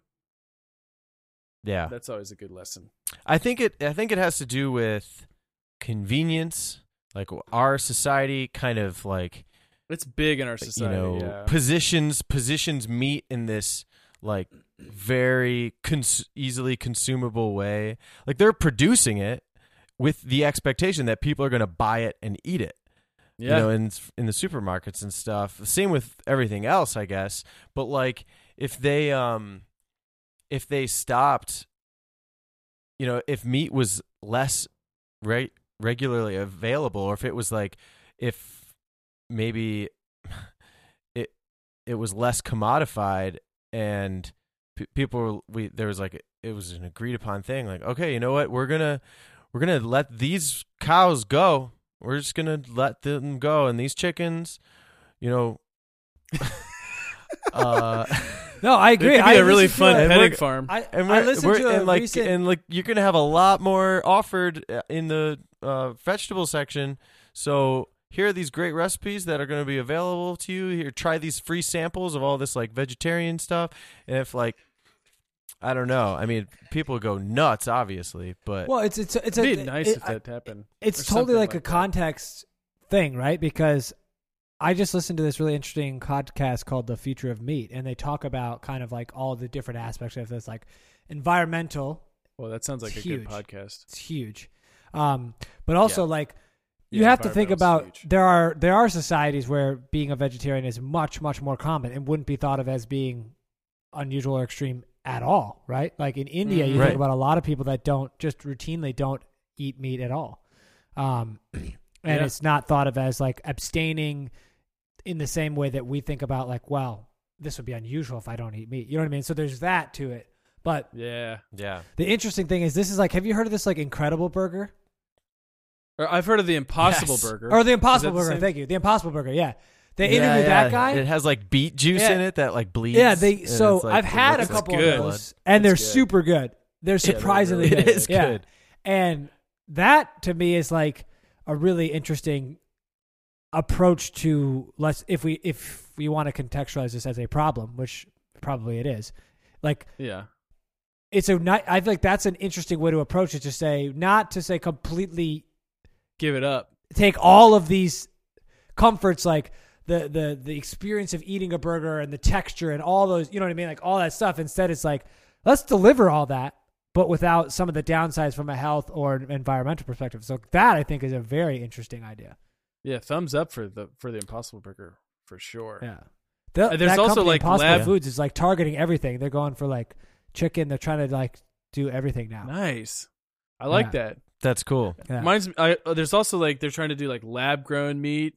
[SPEAKER 3] yeah.
[SPEAKER 2] That's always a good lesson.
[SPEAKER 3] I think it I think it has to do with convenience. Like our society kind of like
[SPEAKER 2] It's big in our society.
[SPEAKER 3] you know
[SPEAKER 2] yeah.
[SPEAKER 3] positions positions meat in this like very cons- easily consumable way. Like they're producing it with the expectation that people are going to buy it and eat it.
[SPEAKER 2] yeah.
[SPEAKER 3] you know, in in the supermarkets and stuff. Same with everything else, I guess. But like, if they um, if they stopped, you know, if meat was less re- regularly available, or if it was like, if maybe it it was less commodified and p- people were, we there was like it was an agreed upon thing like okay you know what we're gonna we're gonna let these cows go we're just gonna let them go and these chickens you know uh
[SPEAKER 1] no, I agree.
[SPEAKER 2] It could be
[SPEAKER 1] I
[SPEAKER 2] a really
[SPEAKER 1] listened to
[SPEAKER 2] fun
[SPEAKER 1] a-
[SPEAKER 2] petting
[SPEAKER 3] we're-
[SPEAKER 2] farm.
[SPEAKER 1] I,
[SPEAKER 3] and
[SPEAKER 1] I
[SPEAKER 3] we're,
[SPEAKER 1] listened
[SPEAKER 3] we're-
[SPEAKER 1] to a
[SPEAKER 3] and like
[SPEAKER 1] recent
[SPEAKER 3] and like you're gonna have a lot more offered uh, in the uh, vegetable section so here are these great recipes that are going to be available to you here try these free samples of all this like vegetarian stuff and if like I don't know. I mean, people go nuts, obviously, but
[SPEAKER 1] Well, it's it's it's a,
[SPEAKER 2] It'd be nice
[SPEAKER 1] it-
[SPEAKER 2] if that happened. or
[SPEAKER 1] it's totally
[SPEAKER 2] something
[SPEAKER 1] like, a
[SPEAKER 2] like that.
[SPEAKER 1] context thing, right? Because I just listened to this really interesting podcast called The Future of Meat, and they talk about kind of like all the different aspects of this, like environmental.
[SPEAKER 2] Well, that sounds like
[SPEAKER 1] It's
[SPEAKER 2] a good
[SPEAKER 1] huge.
[SPEAKER 2] podcast.
[SPEAKER 1] It's huge, um, but also
[SPEAKER 2] Yeah.
[SPEAKER 1] like you
[SPEAKER 2] Yeah,
[SPEAKER 1] have to think
[SPEAKER 2] environmental's
[SPEAKER 1] about
[SPEAKER 2] huge.
[SPEAKER 1] there are there are societies where being a vegetarian is much much more common and wouldn't be thought of as being unusual or extreme at all, right? Like in India,
[SPEAKER 2] Mhm.
[SPEAKER 1] you
[SPEAKER 3] Right.
[SPEAKER 1] think about a lot of people that don't just routinely don't eat meat at all, um, and
[SPEAKER 2] Yeah.
[SPEAKER 1] it's not thought of as like abstaining in the same way that we think about like, well, this would be unusual if I don't eat meat. You know what I mean? So there's that to it. But
[SPEAKER 2] Yeah,
[SPEAKER 3] yeah.
[SPEAKER 1] the interesting thing is, this is like, have you heard of this like Incredible Burger?
[SPEAKER 2] or I've heard of the Impossible
[SPEAKER 3] Yes.
[SPEAKER 2] Burger.
[SPEAKER 1] Or the Impossible
[SPEAKER 2] the
[SPEAKER 1] Burger.
[SPEAKER 2] same-
[SPEAKER 1] Thank you. The Impossible Burger. Yeah. They
[SPEAKER 3] Yeah,
[SPEAKER 1] interviewed
[SPEAKER 3] yeah.
[SPEAKER 1] that guy.
[SPEAKER 3] It has like beet juice
[SPEAKER 1] Yeah.
[SPEAKER 3] in it that like bleeds.
[SPEAKER 1] yeah, they
[SPEAKER 3] and
[SPEAKER 1] so
[SPEAKER 3] it's, like,
[SPEAKER 1] I've
[SPEAKER 3] it
[SPEAKER 1] had a
[SPEAKER 3] looks like
[SPEAKER 1] couple
[SPEAKER 2] good.
[SPEAKER 1] of those and they're
[SPEAKER 2] It's good.
[SPEAKER 1] super good. They're
[SPEAKER 3] they're
[SPEAKER 1] surprisingly
[SPEAKER 3] really
[SPEAKER 1] good.
[SPEAKER 3] good. It is
[SPEAKER 1] Yeah.
[SPEAKER 3] good.
[SPEAKER 1] And that to me is like a really interesting approach to let's if we if we want to contextualize this as a problem, which probably it is. Like
[SPEAKER 2] yeah,
[SPEAKER 1] it's a ni- I feel like that's an interesting way to approach it to say not to say completely
[SPEAKER 2] give it up.
[SPEAKER 1] take all of these comforts like the the the experience of eating a burger and the texture and all those you know what I mean like all that stuff instead it's like let's deliver all that but without some of the downsides from a health or an environmental perspective so that I think is a very interesting idea
[SPEAKER 2] Yeah, thumbs up for the for the Impossible Burger for sure.
[SPEAKER 1] yeah Th-
[SPEAKER 2] And there's
[SPEAKER 1] that
[SPEAKER 2] also,
[SPEAKER 1] company,
[SPEAKER 2] like,
[SPEAKER 1] Impossible
[SPEAKER 2] lab-
[SPEAKER 1] Foods is like targeting everything they're going for like chicken they're trying to like do everything now
[SPEAKER 2] Nice, I like
[SPEAKER 1] Yeah.
[SPEAKER 2] that.
[SPEAKER 3] That's cool.
[SPEAKER 1] yeah.
[SPEAKER 2] Mine's I, uh, there's also like they're trying to do like lab grown meat,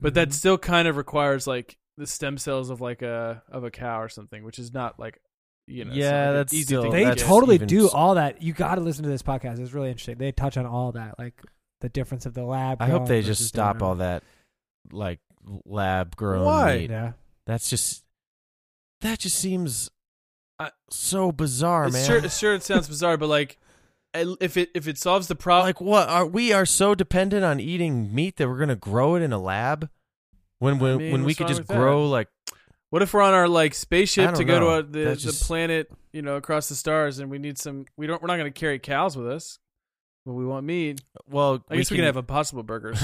[SPEAKER 2] but that
[SPEAKER 1] Mhm.
[SPEAKER 2] still kind of requires like the stem cells of like a of a cow or something, which is not like you know it's not
[SPEAKER 3] Yeah,
[SPEAKER 2] like an
[SPEAKER 3] that's
[SPEAKER 2] easy
[SPEAKER 3] still-
[SPEAKER 2] thing to
[SPEAKER 1] they
[SPEAKER 3] that's
[SPEAKER 2] get.
[SPEAKER 1] totally
[SPEAKER 3] even
[SPEAKER 1] do
[SPEAKER 3] s-
[SPEAKER 1] all that you got to listen to this podcast it's really interesting they touch on all that like the difference of the lab
[SPEAKER 3] I hope
[SPEAKER 1] grown
[SPEAKER 3] they just
[SPEAKER 1] versus
[SPEAKER 3] stop
[SPEAKER 1] donor.
[SPEAKER 3] all that like lab grown
[SPEAKER 2] Why?
[SPEAKER 3] meat.
[SPEAKER 1] yeah
[SPEAKER 3] That's just that just seems uh,
[SPEAKER 2] I-
[SPEAKER 3] so bizarre,
[SPEAKER 2] It's
[SPEAKER 3] man.
[SPEAKER 2] sure, sure, it sounds bizarre, but like I- if it if it solves the
[SPEAKER 1] Uh,
[SPEAKER 2] problem,
[SPEAKER 3] like what are we are so dependent on eating meat that we're gonna grow it in a lab when when,
[SPEAKER 2] mean,
[SPEAKER 3] when we
[SPEAKER 2] what's
[SPEAKER 3] could
[SPEAKER 2] wrong
[SPEAKER 3] just
[SPEAKER 2] with that?
[SPEAKER 3] grow like
[SPEAKER 2] What if we're on our like
[SPEAKER 3] I
[SPEAKER 2] spaceship
[SPEAKER 3] don't
[SPEAKER 2] to go to
[SPEAKER 3] know.
[SPEAKER 2] uh the,
[SPEAKER 3] That's just-
[SPEAKER 2] the planet, you know, across the stars, and we need some? We don't. We're not going to carry cows with us, but we want meat.
[SPEAKER 3] well
[SPEAKER 2] I guess we can have impossible burgers.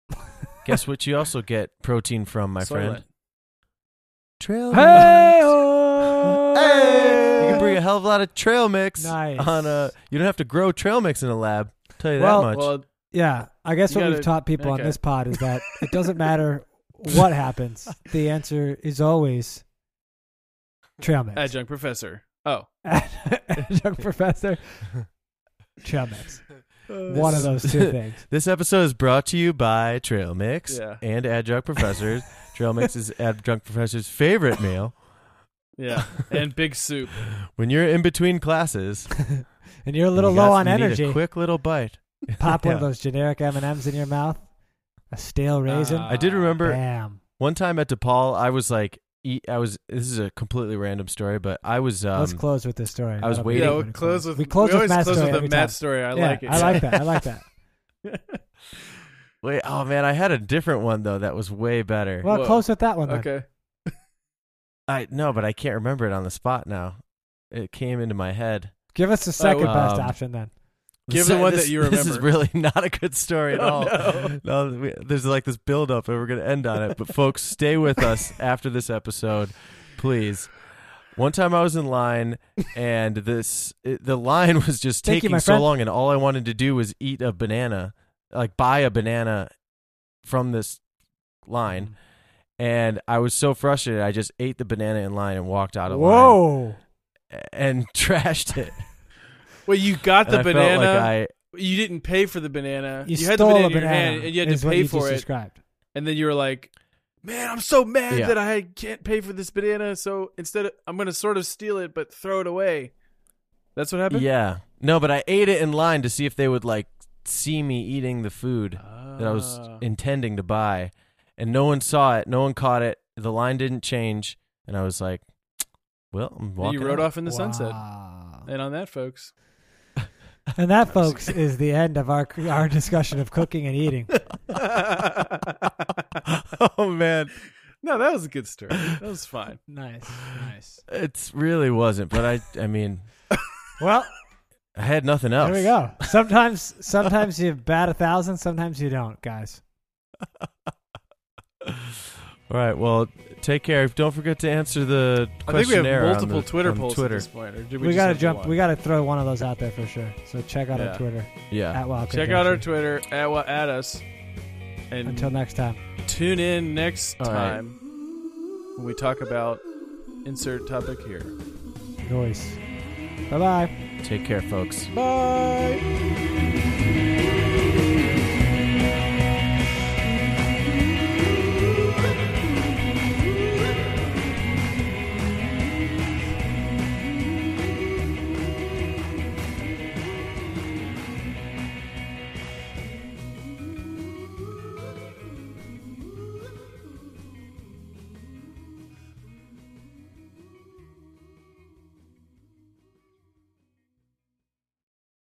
[SPEAKER 3] guess what you also get protein from my
[SPEAKER 2] Soylent.
[SPEAKER 3] friend trail
[SPEAKER 1] Hey,
[SPEAKER 3] mix. you can bring a hell of a lot of trail mix
[SPEAKER 1] Nice.
[SPEAKER 3] on a you don't have to grow trail mix in a lab tell you
[SPEAKER 1] Well-
[SPEAKER 3] that much
[SPEAKER 2] Well,
[SPEAKER 1] yeah, I guess
[SPEAKER 2] You
[SPEAKER 1] what we've
[SPEAKER 2] gotta-
[SPEAKER 1] taught people on
[SPEAKER 2] okay.
[SPEAKER 1] this pod is that it doesn't matter what happens. The answer is always trail mix.
[SPEAKER 2] adjunct professor. Oh,
[SPEAKER 1] Adjunct professor, trail mix. One of those two things.
[SPEAKER 3] This episode is brought to you by Trail Mix
[SPEAKER 2] Yeah.
[SPEAKER 3] and Adjunct Professors. Trail Mix is Adjunct Professor's favorite meal.
[SPEAKER 2] yeah, and big soup.
[SPEAKER 3] When you're in between classes,
[SPEAKER 1] And you're a little
[SPEAKER 3] you got-
[SPEAKER 1] low on
[SPEAKER 3] you need a
[SPEAKER 1] energy.
[SPEAKER 3] quick little bite.
[SPEAKER 1] Pop one of
[SPEAKER 3] Yeah.
[SPEAKER 1] those generic M and M's in your mouth. A stale raisin.
[SPEAKER 2] Ah.
[SPEAKER 3] I did remember
[SPEAKER 1] Bam.
[SPEAKER 3] one time at DePaul, I was like, eat, I was. This is a completely random story, but I was. Um,
[SPEAKER 1] Let's close with this story.
[SPEAKER 3] I was
[SPEAKER 1] That'll be
[SPEAKER 3] waiting.
[SPEAKER 1] a good
[SPEAKER 2] Yeah, we
[SPEAKER 1] one to
[SPEAKER 2] close with
[SPEAKER 1] we close with
[SPEAKER 2] always
[SPEAKER 1] Matt's
[SPEAKER 2] close
[SPEAKER 1] story
[SPEAKER 2] with
[SPEAKER 1] every
[SPEAKER 2] a
[SPEAKER 1] time.
[SPEAKER 2] Matt story. I
[SPEAKER 1] Yeah,
[SPEAKER 2] like it.
[SPEAKER 1] I like that. I like that.
[SPEAKER 3] wait, oh man, I had a different one though that was way better.
[SPEAKER 1] Well,
[SPEAKER 2] Whoa.
[SPEAKER 1] close with that one. Then.
[SPEAKER 2] okay.
[SPEAKER 3] I no, but I can't remember it on the spot now. It came into my head.
[SPEAKER 1] Give us the second
[SPEAKER 3] well,
[SPEAKER 1] best
[SPEAKER 3] um,
[SPEAKER 1] option then.
[SPEAKER 2] Give
[SPEAKER 3] This-
[SPEAKER 2] the one
[SPEAKER 3] this-
[SPEAKER 2] that you
[SPEAKER 3] This is
[SPEAKER 2] remember.
[SPEAKER 3] really not a good story at
[SPEAKER 2] Oh,
[SPEAKER 3] all.
[SPEAKER 2] no.
[SPEAKER 3] No, we- there's like this build up and we're going to end on it. But folks, stay with us after this episode, please. One time I was in line and this it, the line was just
[SPEAKER 1] Thank you,
[SPEAKER 3] taking
[SPEAKER 1] my
[SPEAKER 3] so
[SPEAKER 1] friend.
[SPEAKER 3] long and all I wanted to do was eat a banana, like buy a banana from this
[SPEAKER 2] Mm.
[SPEAKER 3] line. And I was so frustrated, I just ate the banana in line and walked out of line
[SPEAKER 1] Whoa.
[SPEAKER 3] and trashed it.
[SPEAKER 2] Well, you got
[SPEAKER 3] And
[SPEAKER 2] the
[SPEAKER 3] I felt
[SPEAKER 2] banana.
[SPEAKER 3] like I,
[SPEAKER 2] You didn't pay for the banana.
[SPEAKER 1] You,
[SPEAKER 2] had the
[SPEAKER 1] stole
[SPEAKER 2] banana
[SPEAKER 1] a
[SPEAKER 2] in your
[SPEAKER 1] banana.
[SPEAKER 2] hand, and you had
[SPEAKER 1] is
[SPEAKER 2] to
[SPEAKER 1] what
[SPEAKER 2] pay
[SPEAKER 1] you
[SPEAKER 2] for
[SPEAKER 1] just
[SPEAKER 2] it.
[SPEAKER 1] Described.
[SPEAKER 2] and then you were like, "Man, I'm so mad
[SPEAKER 3] Yeah.
[SPEAKER 2] that I can't pay for this banana, so instead of, I'm gonna sort of steal it but throw it away." That's what happened.
[SPEAKER 3] Yeah. No, but I ate it in line to see if they would like see me eating the food that I was
[SPEAKER 2] Ah.
[SPEAKER 3] intending to buy. And no one saw it, no one caught it. The line didn't change, and I was like, "Well, I'm
[SPEAKER 2] And
[SPEAKER 3] walking."
[SPEAKER 2] you rode
[SPEAKER 3] out.
[SPEAKER 2] off in the sunset.
[SPEAKER 1] Wow.
[SPEAKER 2] And on that, folks,
[SPEAKER 1] And that, folks, is the end of our our discussion of cooking and eating.
[SPEAKER 2] I
[SPEAKER 3] oh man,
[SPEAKER 2] No, that was a good story. That was fine.
[SPEAKER 1] Nice, nice.
[SPEAKER 3] It really wasn't, but I I mean
[SPEAKER 1] Well,
[SPEAKER 3] I had nothing else.
[SPEAKER 1] there we go. Sometimes, sometimes you bat a thousand, sometimes you don't, guys.
[SPEAKER 3] All right. Well, take care. Don't forget to answer
[SPEAKER 2] I
[SPEAKER 3] the
[SPEAKER 2] think we have
[SPEAKER 3] questionnaire on
[SPEAKER 2] multiple
[SPEAKER 3] the-
[SPEAKER 2] Twitter
[SPEAKER 3] on
[SPEAKER 2] polls
[SPEAKER 3] Twitter.
[SPEAKER 2] at this point. Or did we
[SPEAKER 1] We,
[SPEAKER 2] just
[SPEAKER 1] gotta
[SPEAKER 2] have the
[SPEAKER 1] jump.
[SPEAKER 2] one?
[SPEAKER 1] We gotta throw one of those out there for sure. So check out
[SPEAKER 2] Yeah.
[SPEAKER 1] our Twitter
[SPEAKER 3] Yeah.
[SPEAKER 1] at Wild
[SPEAKER 2] Check out our Twitter at wa- at us, and
[SPEAKER 1] Until next time.
[SPEAKER 2] tune in next
[SPEAKER 3] All right.
[SPEAKER 2] time when we talk about insert topic here.
[SPEAKER 1] Noise. Bye bye.
[SPEAKER 3] Take care, folks.
[SPEAKER 2] Bye.